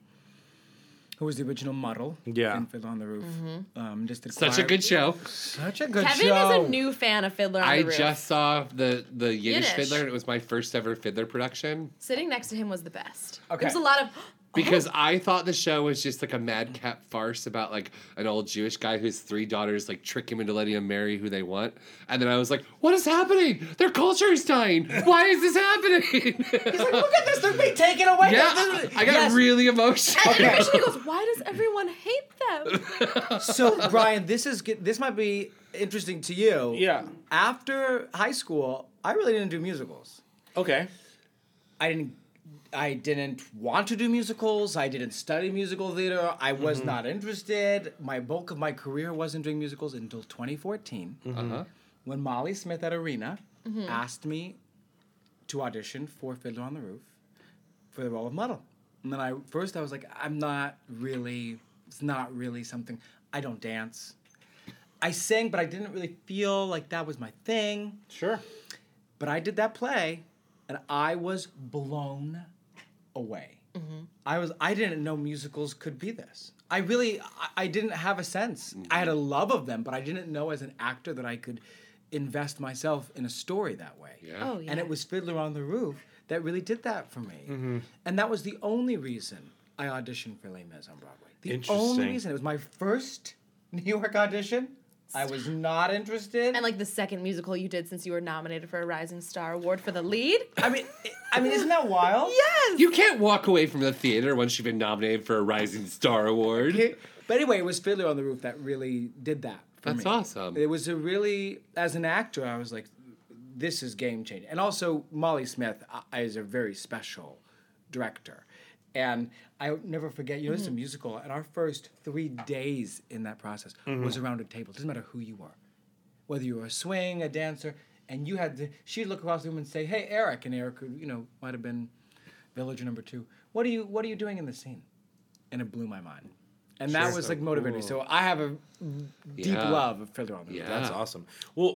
S5: who was the original model
S6: Yeah.
S5: in Fiddler on the Roof, um, just did
S7: Such a
S5: choir-
S7: good show.
S5: such a good
S4: Kevin
S5: show.
S4: is a new fan of Fiddler on
S7: I
S4: the Roof.
S7: just saw the the Yiddish,
S4: Yiddish.
S7: fiddler and it was my first ever fiddler production
S4: Sitting next to him was the best.
S5: Okay.
S4: There was a lot of. (gasps)
S7: because I thought the show was just like a madcap farce about like an old Jewish guy whose three daughters like trick him into letting him marry who they want, and then I was like, what is happening? Their culture is dying. Why is this happening? (laughs)
S5: Like, Look at this, they're being taken away.
S7: yeah,
S5: This is-
S7: I got
S5: Yes.
S7: really emotional.
S4: And eventually he goes, Why does everyone hate them?
S5: So, Brian, this is get- this might be interesting to you.
S6: Yeah.
S5: After high school, I really didn't do musicals.
S6: Okay.
S5: I didn't. I didn't want to do musicals. I didn't study musical theater. I was not interested. My bulk of my career wasn't doing musicals until 2014, when Molly Smith at Arena asked me to audition for Fiddler on the Roof for the role of Muddle. And then I first I was like, I'm not really. It's not really something. I don't dance. I sang, but I didn't really feel like that was my thing.
S6: Sure.
S5: But I did that play, and I was blown away. I was I didn't know musicals could be this. I really I, I didn't have a sense. I had a love of them, but I didn't know as an actor that I could invest myself in a story that way.
S4: Oh, yeah.
S5: And it was Fiddler on the Roof that really did that for me. And that was the only reason I auditioned for Les Mis on Broadway. The only
S6: Interesting.
S5: reason. It was my first New York audition. I was not interested.
S4: And like the second musical you did since you were nominated for a Rising Star Award for the lead.
S5: I mean I mean isn't that wild?
S4: (laughs)
S5: Yeah.
S7: You can't walk away from the theater once you've been nominated for a Rising Star Award.
S5: But anyway, it was Fiddler on the Roof that really did that. For
S7: That's
S5: me.
S7: awesome.
S5: It was a really, as an actor, I was like,
S9: this is game changing. And also, Molly Smith uh, is a very special director. And I'll never forget, you know,
S7: Mm-hmm.
S9: this is a musical, and our first three days in that process
S7: Mm-hmm.
S9: was around a table. It doesn't matter who you are, whether you were a swing, a dancer, and you had to, she'd look across the room and say, Hey, Eric. And Eric, you know, might have been villager number two. What are you, what are you doing in the scene? And it blew my mind. And that was like motivating me. So I have a deep
S5: Yeah.
S9: love of Fiddler on the Roof.
S5: Yeah.
S6: That's awesome. Well,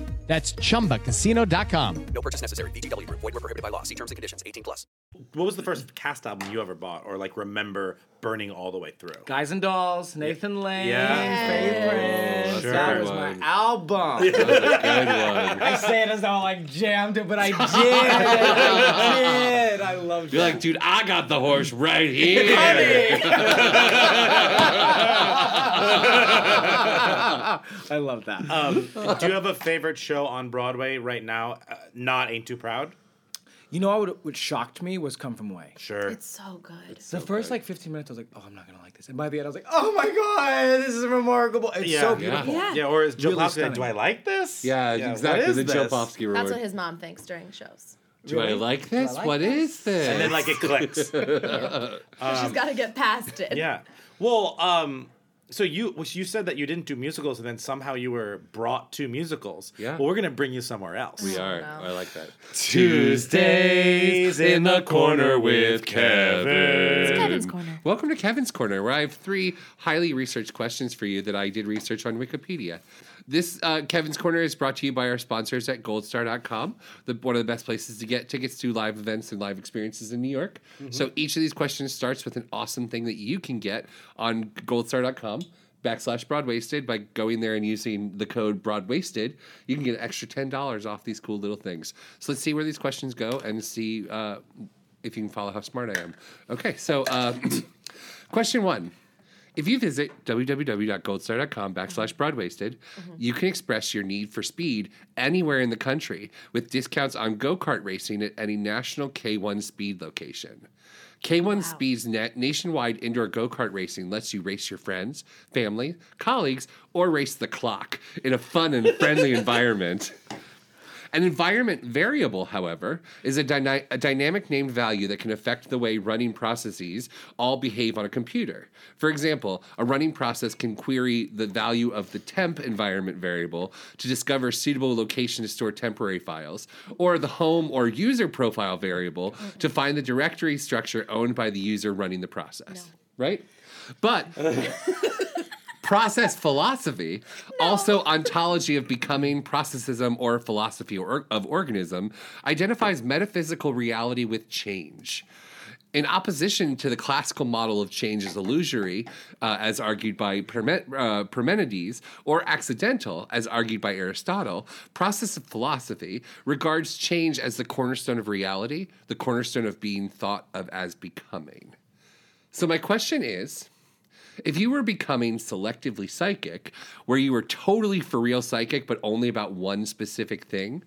S7: That's chumbacasino.com.
S3: No purchase necessary. VGW Group. Void were prohibited by law. See terms and conditions. 18 plus.
S6: what was the first cast album you ever bought or like remember burning all the way through?
S9: Guys and Dolls, Nathan Lane,
S6: Yeah.
S9: Faye Prince.
S6: Sure.
S9: That was my
S5: One.
S9: album.
S5: That's a good one.
S9: I say it as though I jammed it, but
S6: (laughs)
S9: I did. I did. I loved
S5: You're
S9: it.
S5: like, dude, I got the horse right here.
S9: (laughs) I love that. Uh,
S6: Um,
S5: (laughs)
S6: do you have a favorite show on Broadway right now? Uh, not Ain't Too Proud?
S9: you know what, what shocked me was Come From Away.
S6: Sure.
S10: It's so good.
S9: The first like 15 minutes, I was like, oh, I'm not going to like this. And by the end, I was like, oh my God, this is remarkable. It's so beautiful.
S10: Yeah.
S6: Yeah, or is Joe
S9: Really
S6: Popsky like,
S9: stunning.
S6: do I like this?
S5: yeah,
S6: what
S5: exactly.
S6: is
S5: The Joe
S6: this?
S5: Popsky
S10: That's
S5: reward.
S10: what his mom thinks during shows.
S5: Do I like this?
S9: like
S5: What
S9: this?
S5: is this?
S6: And then like
S5: (laughs)
S6: it clicks.
S10: She's got to get past it.
S6: yeah. Well, um, so you well, you said that you didn't do musicals, and then somehow you were brought to musicals.
S5: Yeah.
S6: Well, we're gonna bring you somewhere else.
S5: We are. Oh,
S10: know.
S5: I like that. Tuesdays in the corner with Kevin.
S10: Kevin's corner.
S5: Welcome to Kevin's Corner, where I have three highly researched questions for you that I did research on Wikipedia. This uh, Kevin's Corner is brought to you by our sponsors at goldstar.com, the, one of the best places to get tickets to live events and live experiences in New York. So each of these questions starts with an awesome thing that you can get on goldstar.com backslash broadwasted by going there and using the code broadwasted you can get an extra $10 off these cool little things so let's see where these questions go and see uh, if you can follow how smart i am okay so uh, (coughs) Question one. If you visit www.goldstar.com backslash broadwasted, you can express your need for speed anywhere in the country with discounts on go kart racing at any national K1 speed location. K1 Speed's net nationwide indoor go kart racing lets you race your friends, family, colleagues, or race the clock in a fun and friendly environment. An environment variable, however, is a, dyna- a dynamic named value that can affect the way running processes all behave on a computer. For example, a running process can query the value of the temp environment variable to discover suitable location to store temporary files, or the home or user profile variable to find the directory structure owned by the user running the process. Right? But process philosophy, also ontology of becoming, processism, or philosophy or, of organism, identifies metaphysical reality with change. In opposition to the classical model of change as illusory, uh, as argued by Perme- uh, Parmenides, or accidental, as argued by Aristotle, process of philosophy regards change as the cornerstone of reality, the cornerstone of being thought of as becoming. So, my question is. If you were becoming selectively psychic, where you were totally for real psychic, but only about one specific thing,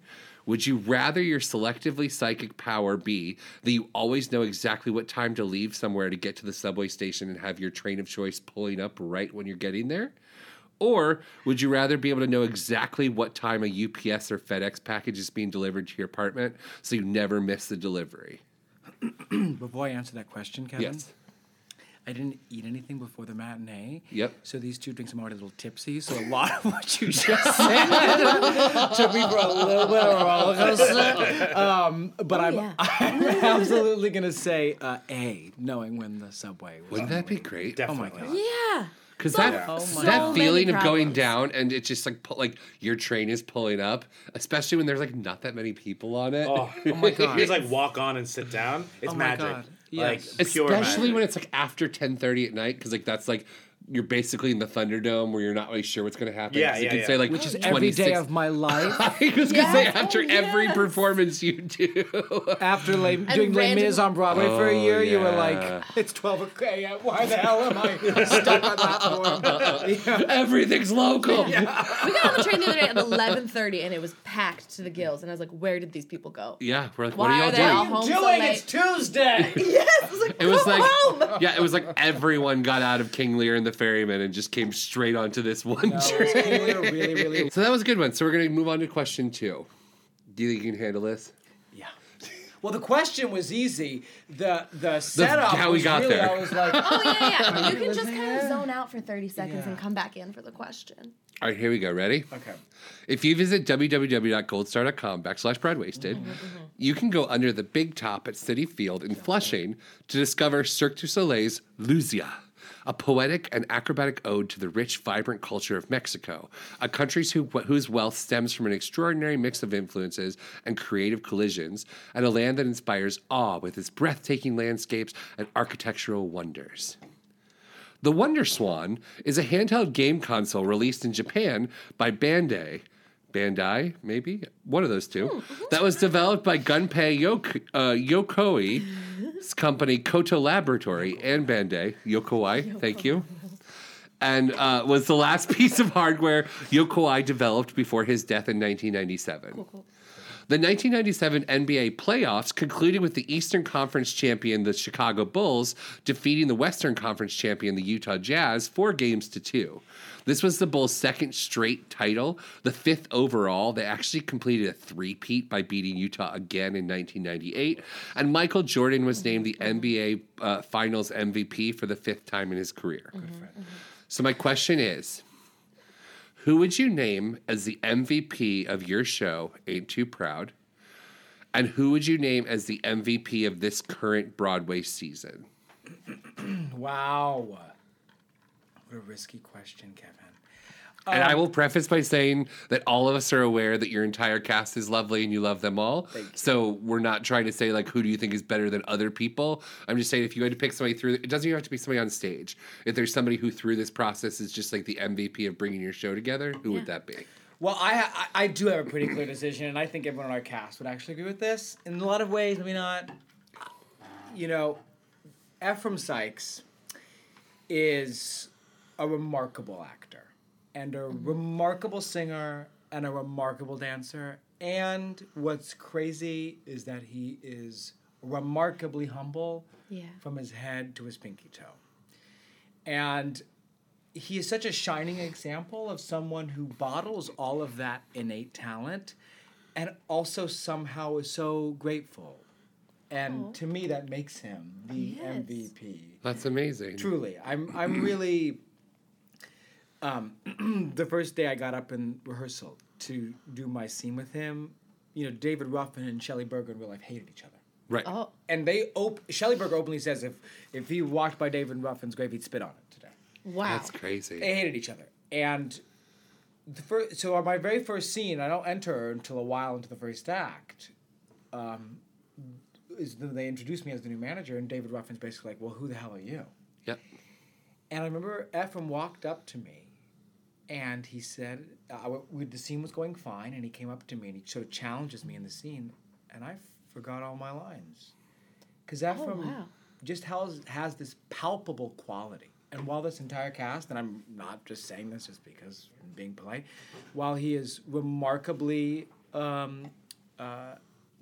S5: would you rather your selectively psychic power be that you always know exactly what time to leave somewhere to get to the subway station and have your train of choice pulling up right when you're getting there? Or would you rather be able to know exactly what time a UPS or FedEx package is being delivered to your apartment so you never miss the delivery?
S9: Before I answer that question, Kevin,
S5: Yes.
S7: I didn't eat anything before the matinee.
S5: Yep.
S7: So these two drinks, I'm already a little tipsy. So a lot of what you just said took me for a little bit of a roller coaster. Um, but
S4: Oh,
S7: I'm, I'm absolutely gonna say uh, A, knowing when the subway. was
S5: Wouldn't that be great?
S7: Definitely.
S5: Oh my
S7: god.
S4: Yeah.
S5: Because
S7: Solve
S5: that
S7: so
S5: that
S7: many
S5: feeling of going
S7: problems.
S5: down and it's just like pu- like your train is pulling up, especially when there's like not that many people on it. (laughs)
S6: Oh, (laughs) You just like walk on and sit down. It's
S5: Oh my
S6: magic.
S5: God.
S6: Like pure
S5: especially
S6: magic.
S5: when it's like after ten thirty at night, because like that's like you're basically in the Thunderdome where you're not really sure what's going to happen.
S6: Yeah,
S5: 'Cause
S6: yeah,
S5: you can
S6: yeah.
S5: say like
S6: Which is
S7: Every day
S5: 26 (laughs)
S7: of my life. Oh,
S5: I was gonna say after every performance you do,
S7: after Les, doing Les Mis on Broadway for a
S5: Oh,
S7: year, you were like, it's 12 o'clock. yeah, Why the hell am I stuck on that (laughs) floor?
S5: Everything's
S7: (laughs)
S5: local.
S4: We got on the train the other day at 11:30 and it was packed to the gills and I was like where did these people go?
S5: Yeah, we're like,
S4: Why
S5: what are y'all
S4: they
S5: doing?
S4: all home so
S7: doing?
S4: late?
S7: It's (laughs) Tuesday.
S4: (laughs) yes. I was like,
S5: It was
S4: "Come
S5: like,
S4: home!"
S5: yeah, it was like everyone got out of King Lear and the Ferryman and just came straight onto this one train.
S7: really, really.
S5: So that was a good one. So we're gonna move on to question two. Do you think you can handle this?
S7: (laughs) Well, the question was easy. The the setup
S5: how we
S7: was
S5: got
S7: really
S5: there.
S7: always like,
S4: Oh yeah, yeah. You
S7: It
S4: can
S7: was
S4: just
S7: like,
S4: kind of
S7: "Eh."
S4: zone out for 30 seconds and come back in for the question.
S5: All right, here we go. Ready?
S7: Okay.
S5: If you visit www.goldstar.com backslash broadwasted, you can go under the big top at City Field in Flushing to discover Cirque du Soleil's Luzia, a poetic and acrobatic ode to the rich, vibrant culture of Mexico, a country who, whose wealth stems from an extraordinary mix of influences and creative collisions, and a land that inspires awe with its breathtaking landscapes and architectural wonders. The Wonder Swan is a handheld game console released in Japan by Bandai. Bandai, maybe? One of those two. That was developed by Gunpei Yok- uh, Yokoi's company Koto Laboratory and Bandai. Yokoi, thank you. And uh, was the last (laughs) piece of hardware Yokoi developed before his death in 1997. The 1997 NBA playoffs concluded with the Eastern Conference champion, the Chicago Bulls, defeating the Western Conference champion, the Utah Jazz, four games to two. This was the Bulls' second straight title, the fifth overall. They actually completed a three-peat by beating Utah again in 1998. And Michael Jordan was named the NBA uh, Finals MVP for the fifth time in his career. So, my question is. Who would you name as the MVP of your show, Ain't Too Proud? And who would you name as the MVP of this current Broadway season?
S7: wow. What a risky question, Kevin.
S5: and
S7: Um,
S5: I will preface by saying that all of us are aware that your entire cast is lovely and you love them all. So we're not trying to say, like, who do you think is better than other people? I'm just saying if you had to pick somebody through, it doesn't even have to be somebody on stage. If there's somebody who through this process is just like the MVP of bringing your show together, who would that be?
S7: Well, I, I I do have a pretty clear decision, and I think everyone on our cast would actually agree with this. In a lot of ways, maybe not. You know, Ephraim Sykes is a remarkable actor, and a remarkable singer, and a remarkable dancer. And what's crazy is that he is remarkably humble
S4: Yeah.
S7: from his head to his pinky toe. And he is such a shining example of someone who bottles all of that innate talent and also somehow is so grateful. And to me, that makes him the MVP.
S5: That's amazing.
S7: Truly, I'm I'm really. Um, the first day I got up in rehearsal to do my scene with him, you know, David Ruffin and Shelley Berger in real life hated each other.
S5: Right.
S7: And they op- Shelley Berger openly says if if he walked by David Ruffin's grave, he'd spit on it today.
S4: Wow.
S5: That's crazy.
S7: They hated each other. And the first, so on my very first scene, I don't enter until a while into the first act. Um, is then they introduce me as the new manager, and David Ruffin's basically like, "Well, who the hell are you?"
S5: Yep.
S7: And I remember Ephraim walked up to me, and he said, uh, I w- we- "The scene was going fine," and he came up to me and he sort of challenges me in the scene, and I forgot all my lines, because Ephraim
S4: wow.
S7: just has has this palpable quality. And while this entire cast, and I'm not just saying this just because I'm being polite, while he is remarkably, um, uh,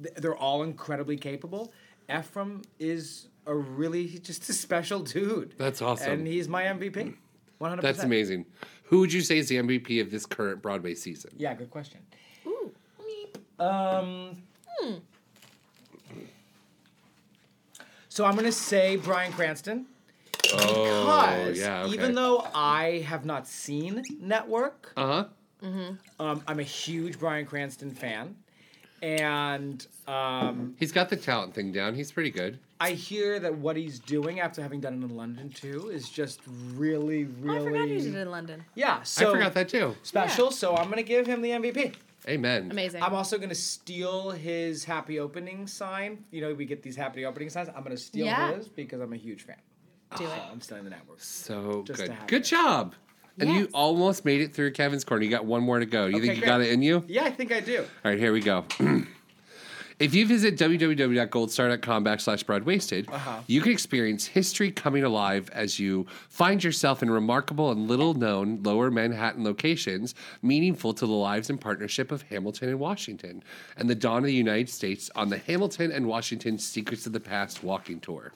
S7: th- they're all incredibly capable. Ephraim is a really he's just a special dude.
S5: That's awesome.
S7: And he's my MVP. 100%.
S5: That's amazing. Who would you say is the MVP of this current Broadway season?
S7: Yeah, good question. Ooh. Um. So I'm gonna say Brian Cranston, Because
S5: Oh, yeah, okay.
S7: even though I have not seen Network,
S5: Uh huh.
S7: mm-hmm. um, I'm a huge Brian Cranston fan, and um,
S5: He's got the talent thing down. He's pretty good.
S7: I hear that what he's doing after having done it in London too is just really, really.
S4: Oh, I forgot you did it in London.
S7: Yeah, so
S5: forgot that too.
S7: Special, so I'm gonna give him the MVP.
S5: Amen.
S4: Amazing.
S7: I'm also gonna steal his happy opening sign. You know, we get these happy opening signs. I'm gonna steal
S4: Yeah.
S7: his because I'm a huge fan. Ah,
S4: Do it.
S7: I'm stealing the network.
S5: So
S7: Just to
S5: good.
S7: have
S5: Good job. And you
S7: Yes.
S5: almost made it through Kevin's corner. You got one more to go. You
S7: Okay,
S5: think you got
S7: great.
S5: it in you?
S7: Yeah, I think I do.
S5: All right, here we go. (clears throat) if you visit www.goldstar.com backslash broadwasted,
S7: Uh-huh.
S5: you can experience history coming alive as you find yourself in remarkable and little known lower Manhattan locations meaningful to the lives and partnership of Hamilton and Washington, and the dawn of the United States on the Hamilton and Washington Secrets of the Past walking tour.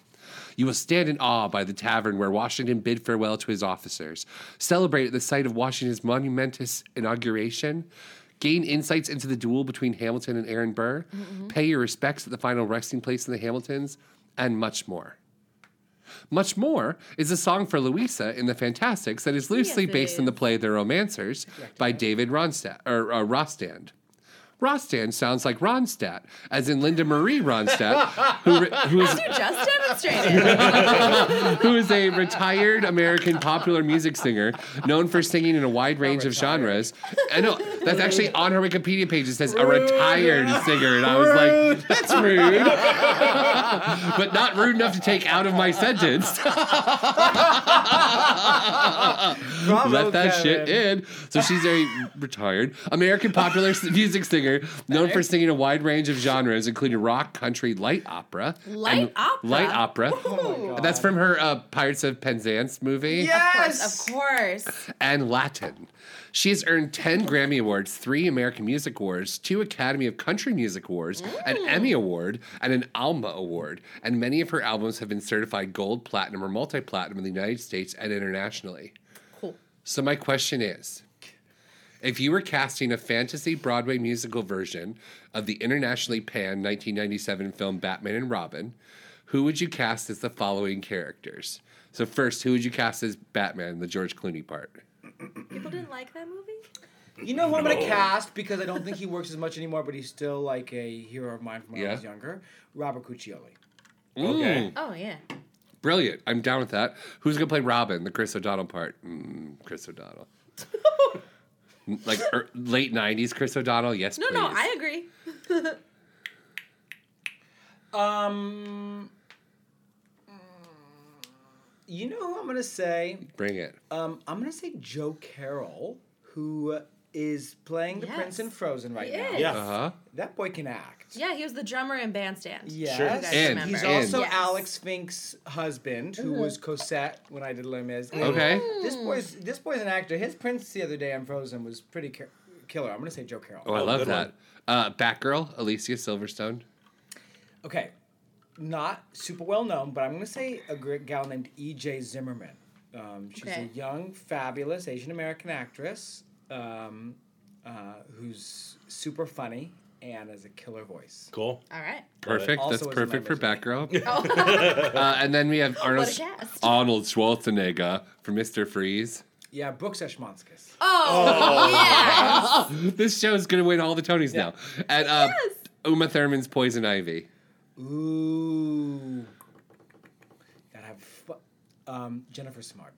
S5: You will stand in awe by the tavern where Washington bid farewell to his officers, celebrate at the site of Washington's monumentous inauguration, gain insights into the duel between Hamilton and Aaron Burr, pay your respects at the final resting place in the Hamiltons, and much more. Much More is a song for Louisa in The Fantastics that is loosely
S11: Yes, it
S5: based on the play The Romancers by David Ronstadt, or, uh, Rostand. Rostand sounds like Ronstadt, as in Linda Marie Ronstadt, who, re- who is
S4: As you (laughs) just demonstrated.
S5: (laughs) who is a retired American popular music singer known for singing in a wide range of genres. I know that's actually on her Wikipedia page. It says a retired singer, and I was like, that's rude, (laughs) but not rude enough to take out of my sentence. (laughs) Let that shit in. So she's a retired American popular s- music singer known for singing a wide range of genres, including rock, country, light opera, and-
S4: Light opera?
S5: light opera.
S4: Oh my God.
S5: That's from her uh, Pirates of Penzance movie
S4: Of course, of course.
S5: and Latin. She has earned 10 Grammy Awards, 3 American Music Awards, 2 Academy of Country Music Awards, an Emmy Award, and an ALMA Award. And many of her albums have been certified gold, platinum, or multi platinum in the United States and internationally.
S4: Cool.
S5: So, my question is if you were casting a fantasy Broadway musical version of the internationally panned 1997 film Batman and Robin, who would you cast as the following characters? So, first, who would you cast as Batman, the George Clooney part?
S7: People didn't like that
S4: movie?
S7: You know who I'm
S5: No.
S7: gonna cast because I don't think he works as much anymore, but he's still like a hero of mine from when I was
S5: Yeah.
S7: younger. Robert Cuccioli.
S5: Okay.
S4: Oh yeah.
S5: Brilliant. I'm down with that. Who's going to play Robin, the Chris O'Donnell part? Mm, Chris
S4: (laughs)
S5: O'Donnell. like er, late 90s Chris O'Donnell? Yes,
S4: No,
S5: please.
S4: no, I agree.
S7: Um, you know who I'm gonna say?
S5: Bring it.
S7: Um, I'm gonna say Joe Carroll, who is playing the prince in Frozen right
S4: He
S7: now.
S4: is. Yeah.
S5: Uh-huh.
S7: That boy can act.
S4: Yeah, he was the drummer in Bandstand.
S7: Yes.
S4: You guys
S5: And-
S4: remember.
S7: He's
S5: and-
S7: also
S5: Yes.
S7: Alex Fink's husband, who
S4: Mhm.
S7: was Cosette when I did Les Mis. And
S5: Okay.
S4: Mm.
S7: This boy's this boy's an actor. His prince the other day on Frozen was pretty ki- killer. I'm gonna say Joe Carroll.
S5: Oh, I love that. Uh, Batgirl, Alicia Silverstone.
S7: Okay, not super well known, but I'm gonna say a great gal named E.J. Zimmerman. Um, she's
S4: Okay.
S7: a young, fabulous Asian American actress um, uh, who's super funny and has a killer voice.
S6: Cool.
S4: All right.
S5: Perfect.
S7: Also
S5: That's
S7: was in my
S5: perfect for
S4: (laughs)
S5: Batgirl.
S7: Oh.
S5: uh, and then we have Arnold,
S7: What a guest.
S5: Arnold Schwarzenegger for Mr. Freeze.
S7: Yeah, Brooks Eschmonskis.
S4: Oh, yes.
S5: this show is going to win all the Tonys now. And uh, Uma Thurman's Poison Ivy.
S7: Ooh. Gotta have fu- um, Jennifer Smart.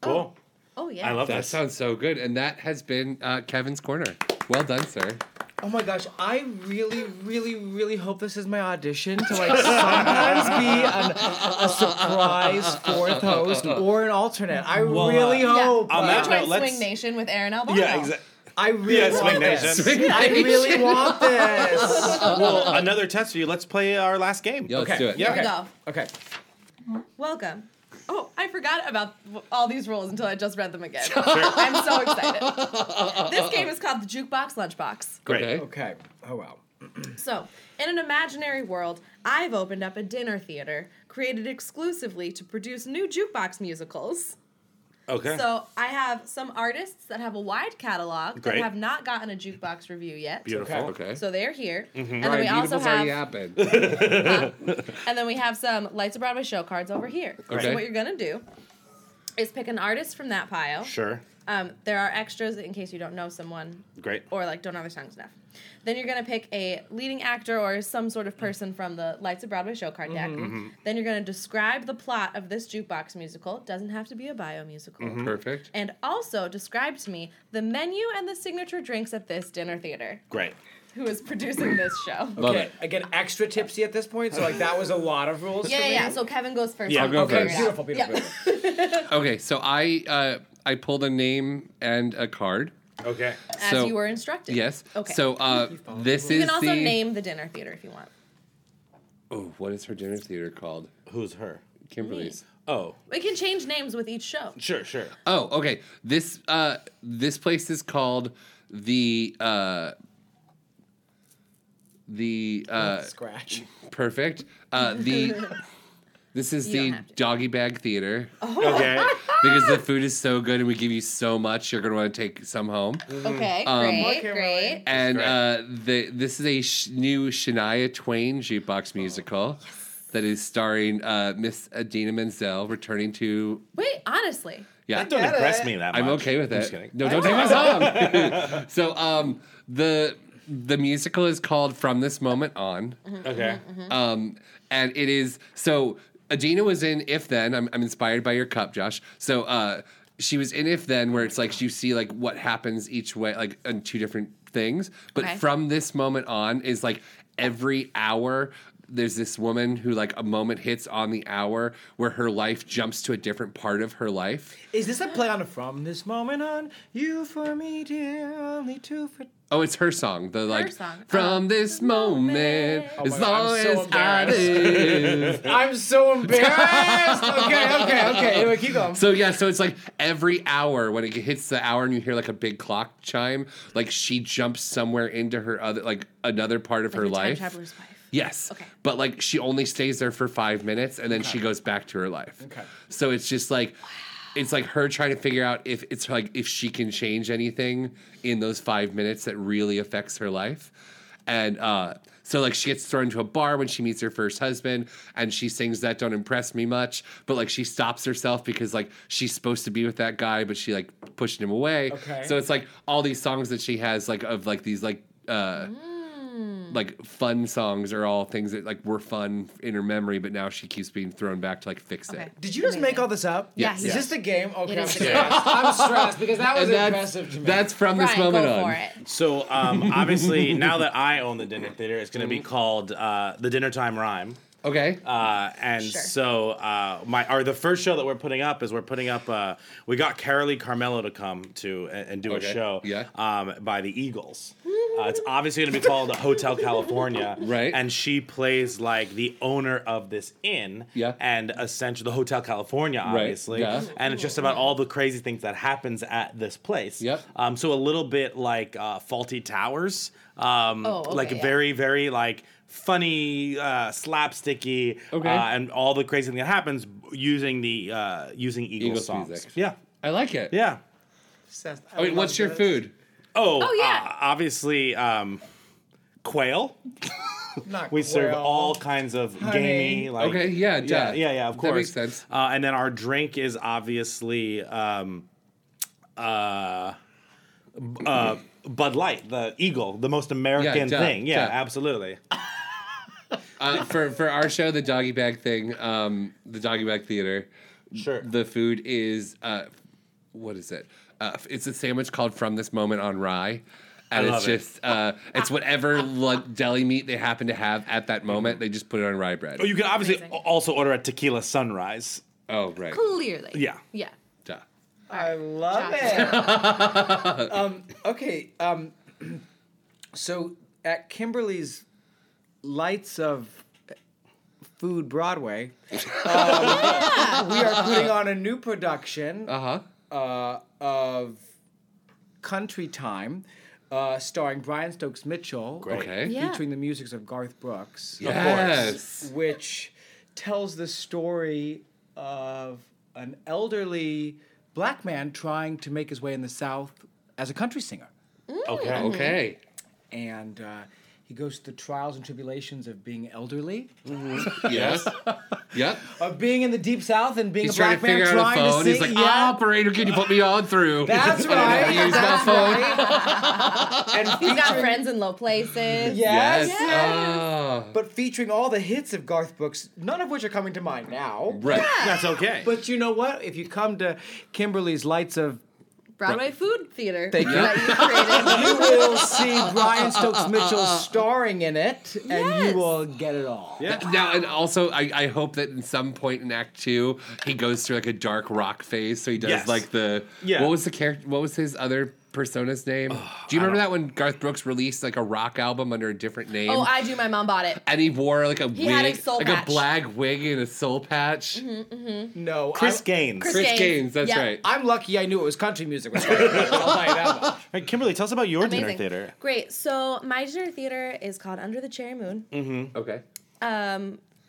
S6: Cool.
S4: Oh yeah.
S5: that. sounds so good. And that has been uh, Kevin's Corner. Well done,
S4: (laughs)
S5: sir.
S7: Oh my gosh, I really, really, really hope this is my audition to like
S6: (laughs)
S7: sometimes be an, a surprise fourth host or an alternate. I
S6: Well, uh,
S7: really
S6: Yeah.
S4: Oh,
S7: hope.
S6: On
S7: uh,
S6: that
S4: Try Swing Nation with Aaron Albano.
S7: I really
S6: Yeah, Swing
S7: want this.
S6: Nation.
S7: (laughs) I
S5: (laughs)
S7: really want this.
S6: well, another test for you. Let's play our last game.
S5: Yeah, let's
S6: okay.
S5: do it.
S6: Yeah.
S4: Here we go.
S7: Okay.
S4: Welcome. Oh, I forgot about all these rules until I just read them
S6: (laughs)
S4: again. I'm so excited. this game is called the Jukebox Lunchbox.
S7: Great. Okay. Oh wow.
S4: So, in an imaginary world, I've opened up a dinner theater created exclusively to produce new jukebox musicals.
S6: Okay.
S4: So I have some artists that have a wide catalog
S6: Great.
S4: that have not gotten a jukebox review yet.
S6: Beautiful. Okay. Okay.
S4: So they're here.
S6: Mhm.
S4: And then we also
S7: (laughs)
S4: have
S5: happened.
S4: and then we have some Lights of Broadway show cards over here.
S6: Okay.
S4: So what you're gonna do is pick an artist from that pile.
S6: Sure.
S4: Um, there are extras in case you don't know someone
S6: Great.
S4: or like don't know their songs enough. Then you're gonna pick a leading actor or some sort of person from the Lights of Broadway show card deck.
S6: Mhm. Mhm.
S4: Then you're gonna describe the plot of this jukebox musical. It doesn't have to be a bio musical.
S5: Mhm. Perfect.
S4: And also describe to me the menu and the signature drinks at this dinner theater.
S6: Great.
S4: Who is producing this
S5: (laughs)
S4: show?
S7: okay. I get extra tipsy at this point, so like that was a lot of rules.
S4: Yeah,
S7: for
S4: yeah,
S7: me.
S4: yeah. So Kevin goes first.
S5: Yeah,
S4: I'll
S5: go
S4: figure
S5: first.
S4: it out.
S5: Beautiful,
S4: Yeah.
S5: Okay, so I uh, I pulled a name and a card.
S6: Okay.
S4: As you were instructed.
S5: Yes.
S4: Okay.
S5: So uh, this
S4: you
S5: is
S4: can also
S5: the.
S4: name the dinner theater if you want.
S5: oh, what is her dinner theater called?
S6: Who's her?
S5: Kimberly's.
S6: Oh.
S4: We can change names with each show. (laughs)
S6: Sure. Sure.
S5: Oh, okay. This uh, this place is called the uh, the uh,
S7: scratch.
S5: Perfect. Uh,
S7: (laughs)
S5: the this is
S7: You don't
S5: the
S7: have
S5: doggy bag theater.
S7: Oh. Okay.
S5: because the food is so good and we give you so much, you're gonna want to take some home.
S4: Okay,
S5: Um,
S4: great, great.
S5: And uh, the this is a sh- new Shania Twain
S7: Oh.
S5: jukebox musical that is starring uh, Miss Adina Menzel returning to.
S4: Wait, honestly.
S5: Yeah,
S6: That don't Get impress it. me that
S5: I'm
S6: much.
S5: okay with
S6: I'm
S5: it.
S6: just kidding.
S5: No, don't take my song. (laughs) so, um, the the musical is called "From This Moment On."
S6: Mhm, Okay. mhm, mhm.
S5: Um, and it is so. Adina was in If Then. I'm, I'm inspired by your cup, Josh. So, uh, she was in If Then, where it's like you see like what happens each way, like on two different things. But
S11: Okay.
S5: from this moment on is like every hour. There's this woman who, like, a moment hits on the hour where her life jumps to a different part of her life.
S7: Is this a play on a from this moment on? You for me, dear, only two for
S5: Oh, it's her song. The like
S7: song.
S5: from this moment,
S7: Oh
S5: as
S7: my God, I'm
S5: long
S7: so
S5: as I live.
S7: (laughs) embarrassed. I'm so (laughs) embarrassed. Okay, okay, okay. Anyway, keep going.
S5: So yeah, so it's like every hour when it hits the hour and you hear like a big clock chime, like she jumps somewhere into her other like another part of her
S4: Like a time
S5: life.
S4: traveler's wife.
S5: Yes. But like she only stays there for five minutes and then she
S7: Okay.
S5: goes back to her life.
S7: Okay.
S5: So it's just like it's like her trying to figure out if it's like if she can change anything in those five minutes that really affects her life. And uh so like she gets thrown into a bar when she meets her first husband and she sings that don't impress me much, but like she stops herself because like she's supposed to be with that guy, but she like pushed him away.
S7: Okay.
S5: So it's like all these songs that she has like of like these like uh like fun songs are all things that like were fun in her memory, but now she keeps being thrown back to like fix it.
S7: Did you just make all this up?
S5: Yeah, Yes.
S7: Is this the game? Okay, I'm
S5: is.
S7: stressed. I'm stressed because that was
S5: And that's-
S7: impressive to me.
S5: that's from this Ryan, go moment on. for it.
S6: So um, obviously, now that I own the dinner theater, it's going to be called uh, the Dinner Time Rhyme.
S5: Okay.
S6: Uh, and so uh, my our the first show that we're putting up is we're putting up. Uh, we got Carolee Carmelo to come to and, and do
S5: Okay.
S6: a show.
S5: Yeah.
S6: Um, by the Eagles. Uh, it's obviously going to be called Hotel California. Right. And she plays like the owner of this inn. Yeah. And essentially the Hotel California,
S5: Right,
S6: obviously.
S5: yeah.
S6: And it's just about all the crazy things that happens at this place. Yep. Um, so a little bit like uh, Faulty Towers. Um,
S5: Oh, okay,
S6: like
S5: yeah.
S6: very, very like funny, uh, slapsticky,
S5: Okay.
S6: uh, and all the crazy thing that happens using the uh, using Eagles,
S5: Eagles
S6: songs.
S5: music.
S6: Yeah,
S5: I like it.
S6: Yeah.
S5: I mean, what's your food?
S6: Oh,
S5: Oh,
S6: yeah. obviously, um, quail.
S7: (laughs) Not
S6: we serve
S7: quail.
S6: all kinds of
S7: Honey.
S6: gamey, like
S5: Okay, yeah,
S6: yeah,
S5: duh.
S6: yeah, yeah, Of
S5: That
S6: course,
S5: makes sense.
S6: Uh, and then our drink is obviously um, uh, b- uh, Bud Light, the Eagle, the most American
S5: duh,
S6: thing. Yeah,
S5: duh.
S6: absolutely.
S5: Uh, for for our show, the doggy bag thing, um, the doggy bag theater.
S6: Sure.
S5: The food is uh, what is it? Uh, it's a sandwich called "From This Moment on Rye." And
S6: I
S5: it's
S6: love it.
S5: just uh, it's whatever lo- deli meat they happen to have at that moment. They just put it on rye bread.
S6: Oh, you can obviously a- also order a tequila sunrise.
S5: Oh, right.
S4: Clearly.
S6: Yeah.
S4: Yeah.
S5: Duh.
S7: I love it. um, okay. Um, (clears throat) so at Kimberly's Lights of Food Broadway, um, we are putting on a new production uh,
S5: uh-huh.
S7: of Country Time. Uh, starring Brian Stokes Mitchell,
S5: Great. Okay. Yeah.
S7: featuring the musics of Garth Brooks,
S5: Of course. Yes.
S7: which tells the story of an elderly black man trying to make his way in the South as a country singer. Mm-hmm.
S5: Okay. Okay.
S7: And uh, he goes through the trials and tribulations of being elderly.
S5: Yes. yep.
S7: Of being in the deep South and (laughs) being
S5: He's
S7: a
S5: trying
S7: black
S5: to figure
S7: man
S5: out a
S7: trying
S5: phone.
S7: to sing.
S5: He's like,
S7: yeah.
S5: operator, can you put me on through?
S7: (laughs) That's
S5: (laughs) I don't know how to
S7: right.
S5: use my phone.
S6: (laughs)
S7: (laughs)
S4: He's got friends in low places.
S7: Yes.
S5: Yes.
S7: But featuring all the hits of Garth Brooks, none of which are coming to mind now.
S5: Right.
S6: That's okay.
S7: But you know what? If you come to Kimberly's Lights of
S4: Broadway Food Theater.
S7: Thank you.
S4: That you created.
S5: (laughs)
S7: you will see Brian Stokes Mitchell starring in it, and you will get it all.
S5: Now and also, I, I hope that in some point in Act Two, he goes through like a dark rock phase. So he does
S6: Yes.
S5: like the
S6: Yeah.
S5: What was the character? What was his other persona's name? do you remember that when Garth Brooks released like a rock album under a different name?
S4: oh, I do. My mom bought it.
S5: and he wore like a
S4: He
S5: wig,
S4: had a soul
S5: like
S4: patch.
S5: a black wig and a soul patch.
S7: Mm-hmm. No,
S6: Chris
S7: I'm,
S6: Gaines.
S4: Chris-
S5: Chris
S4: Gaines.
S5: Gaines, that's
S4: Yeah. (laughs)
S5: right.
S7: I'm lucky. I knew it was country music. When I was younger, I'll tell you that
S5: (laughs)
S7: much.
S6: Hey, Kimberly, tell us about your dinner
S4: Amazing.
S6: theater.
S4: Great. So my dinner theater is called Under the Cherry Moon.
S5: Mm. Okay.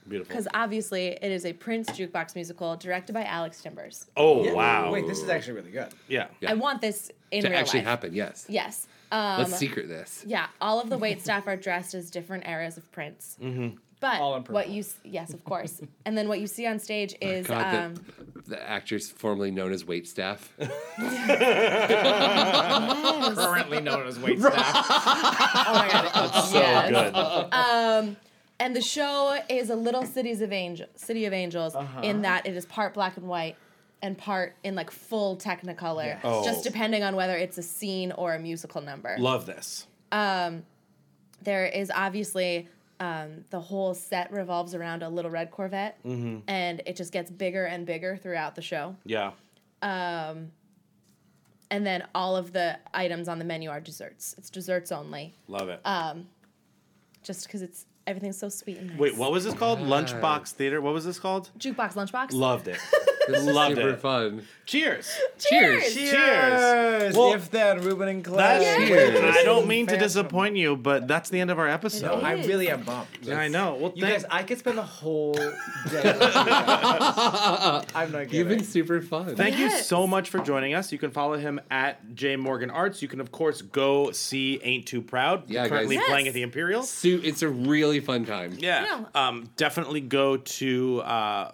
S6: Beautiful.
S4: Because obviously it is a Prince jukebox musical directed by Alex Timbers.
S6: Oh wow.
S7: Wait, this is actually really good.
S6: yeah. (laughs)
S4: I want this in
S5: To
S4: real
S5: actually
S4: life.
S5: happen, yes.
S4: Yes. Um,
S5: Let's secret this.
S4: yeah. All of
S5: (laughs)
S4: the wait staff are dressed as different eras of Prince. Mm-hmm. But
S7: All in
S4: what
S7: purple.
S4: you s- yes, of course. and then what you see on stage is
S5: Oh God,
S4: um,
S5: the, the actors formerly known as waitstaff.
S6: (laughs)
S7: Currently known as Wait
S6: (laughs)
S7: Staff.
S4: oh my god, it's- yes.
S6: Good.
S4: And the show is a little cities of angel, city of angels,
S5: Uh-huh.
S4: in that it is part black and white, and part in like full Technicolor,
S7: Oh.
S4: just depending on whether it's a scene or a musical number.
S6: Love this.
S4: there is obviously um, the whole set revolves around a little red Corvette,
S5: Mm-hmm.
S4: and it just gets bigger and bigger throughout the show.
S6: Yeah.
S4: And then all of the items on the menu are desserts. It's desserts only,
S6: Love it.
S4: Uh, just because it's everything's so sweet and nice.
S6: Wait, what was this called? Lunchbox theater. What was this called?
S4: Jukebox lunchbox. (laughs)
S6: Loved it.
S5: This is
S6: Loved
S5: super
S6: it.
S5: fun.
S6: Cheers.
S4: Cheers.
S6: Cheers.
S7: Cheers.
S6: Well,
S7: if then, Ruben and
S6: that-
S7: Clay.
S5: Cheers.
S6: I don't mean to disappoint you, but that's the end of our
S7: No,
S6: episode.
S7: I really am bummed.
S6: Yeah, I know. Well,
S7: You
S6: thank-
S7: guys, I could spend a whole
S6: (laughs)
S7: day. with you guys. I'm not
S5: You've
S7: kidding.
S5: been super fun.
S6: Thank you
S4: Yes.
S6: so much for joining us. You can follow him at J Morgan Arts. You can of course go see Ain't Too Proud.
S5: Yeah,
S6: currently
S5: guys.
S6: playing
S4: Yes.
S6: at the Imperial.
S5: Sue, it's a really fun time.
S6: Yeah. Um, definitely go to uh,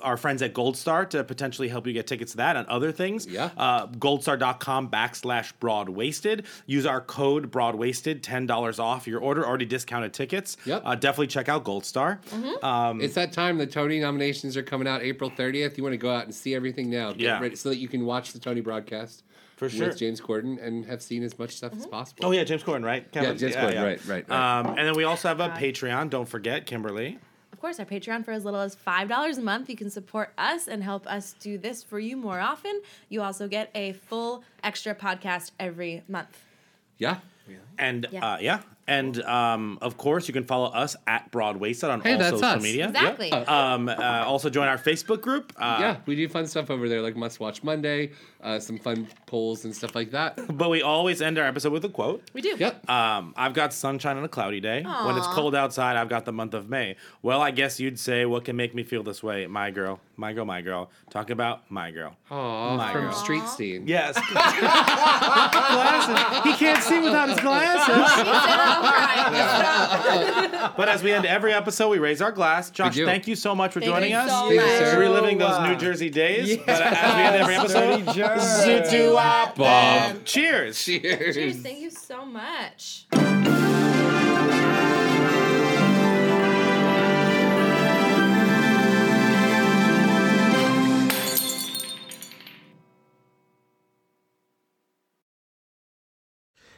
S6: our friends at Gold Star to potentially help you get tickets to that and other things.
S5: Yeah.
S6: Uh, goldstar.com backslash broadwasted. Use our code broadwasted, $10 off your order, already discounted tickets.
S5: Yep.
S6: Uh, definitely check out Gold Star.
S4: Mm-hmm.
S5: It's that time. The Tony nominations are coming out April 30th. You want to go out and see everything now. Get
S6: Yeah.
S5: ready- so that you can watch the Tony broadcast
S6: For sure.
S5: with James Corden and have seen as much stuff as
S4: Mm-hmm.
S5: possible.
S6: Oh, yeah, James Corden, right?
S5: Yeah, James Corden, right, right, right.
S6: Um, and then we also have a Patreon. Don't forget, Kimberly.
S4: Of course, our Patreon for as little as $5 a month. You can support us and help us do this for you more often. You also get a full extra podcast every month.
S5: Yeah.
S6: And
S4: Yeah.
S6: uh, yeah. And um, of course, you can follow us at Broadwasted on
S5: Hey,
S6: all
S5: that's
S6: social
S5: us.
S6: media.
S4: Exactly.
S6: Um, uh, also join our Facebook group. Uh,
S5: yeah, we do fun stuff over there, like Must Watch Monday, uh, some fun polls and stuff like that.
S6: But we always end our episode with a quote.
S4: We do.
S5: Yep.
S6: Um, I've got sunshine on a cloudy day. When it's cold outside, I've got the month of May. Well, I guess you'd say, what can make me feel this way? My girl, my girl, my girl. Talk about my girl.
S5: Aw, from
S6: girl.
S5: Street Scene. (laughs)
S6: (laughs) Yes. glasses. He can't see without his glasses. but as we end every episode, we raise our glass. Josh,
S5: do.
S6: thank you so much for
S4: Thank
S6: joining
S4: you
S6: us.
S4: so
S5: Thank you,
S4: much.
S5: sir.
S6: We're reliving those
S7: Wow.
S6: New Jersey days. But as we end every episode, zoot doo wop.
S5: Bob.
S6: Cheers.
S4: Cheers. Thank you so much.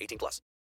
S3: 18 plus.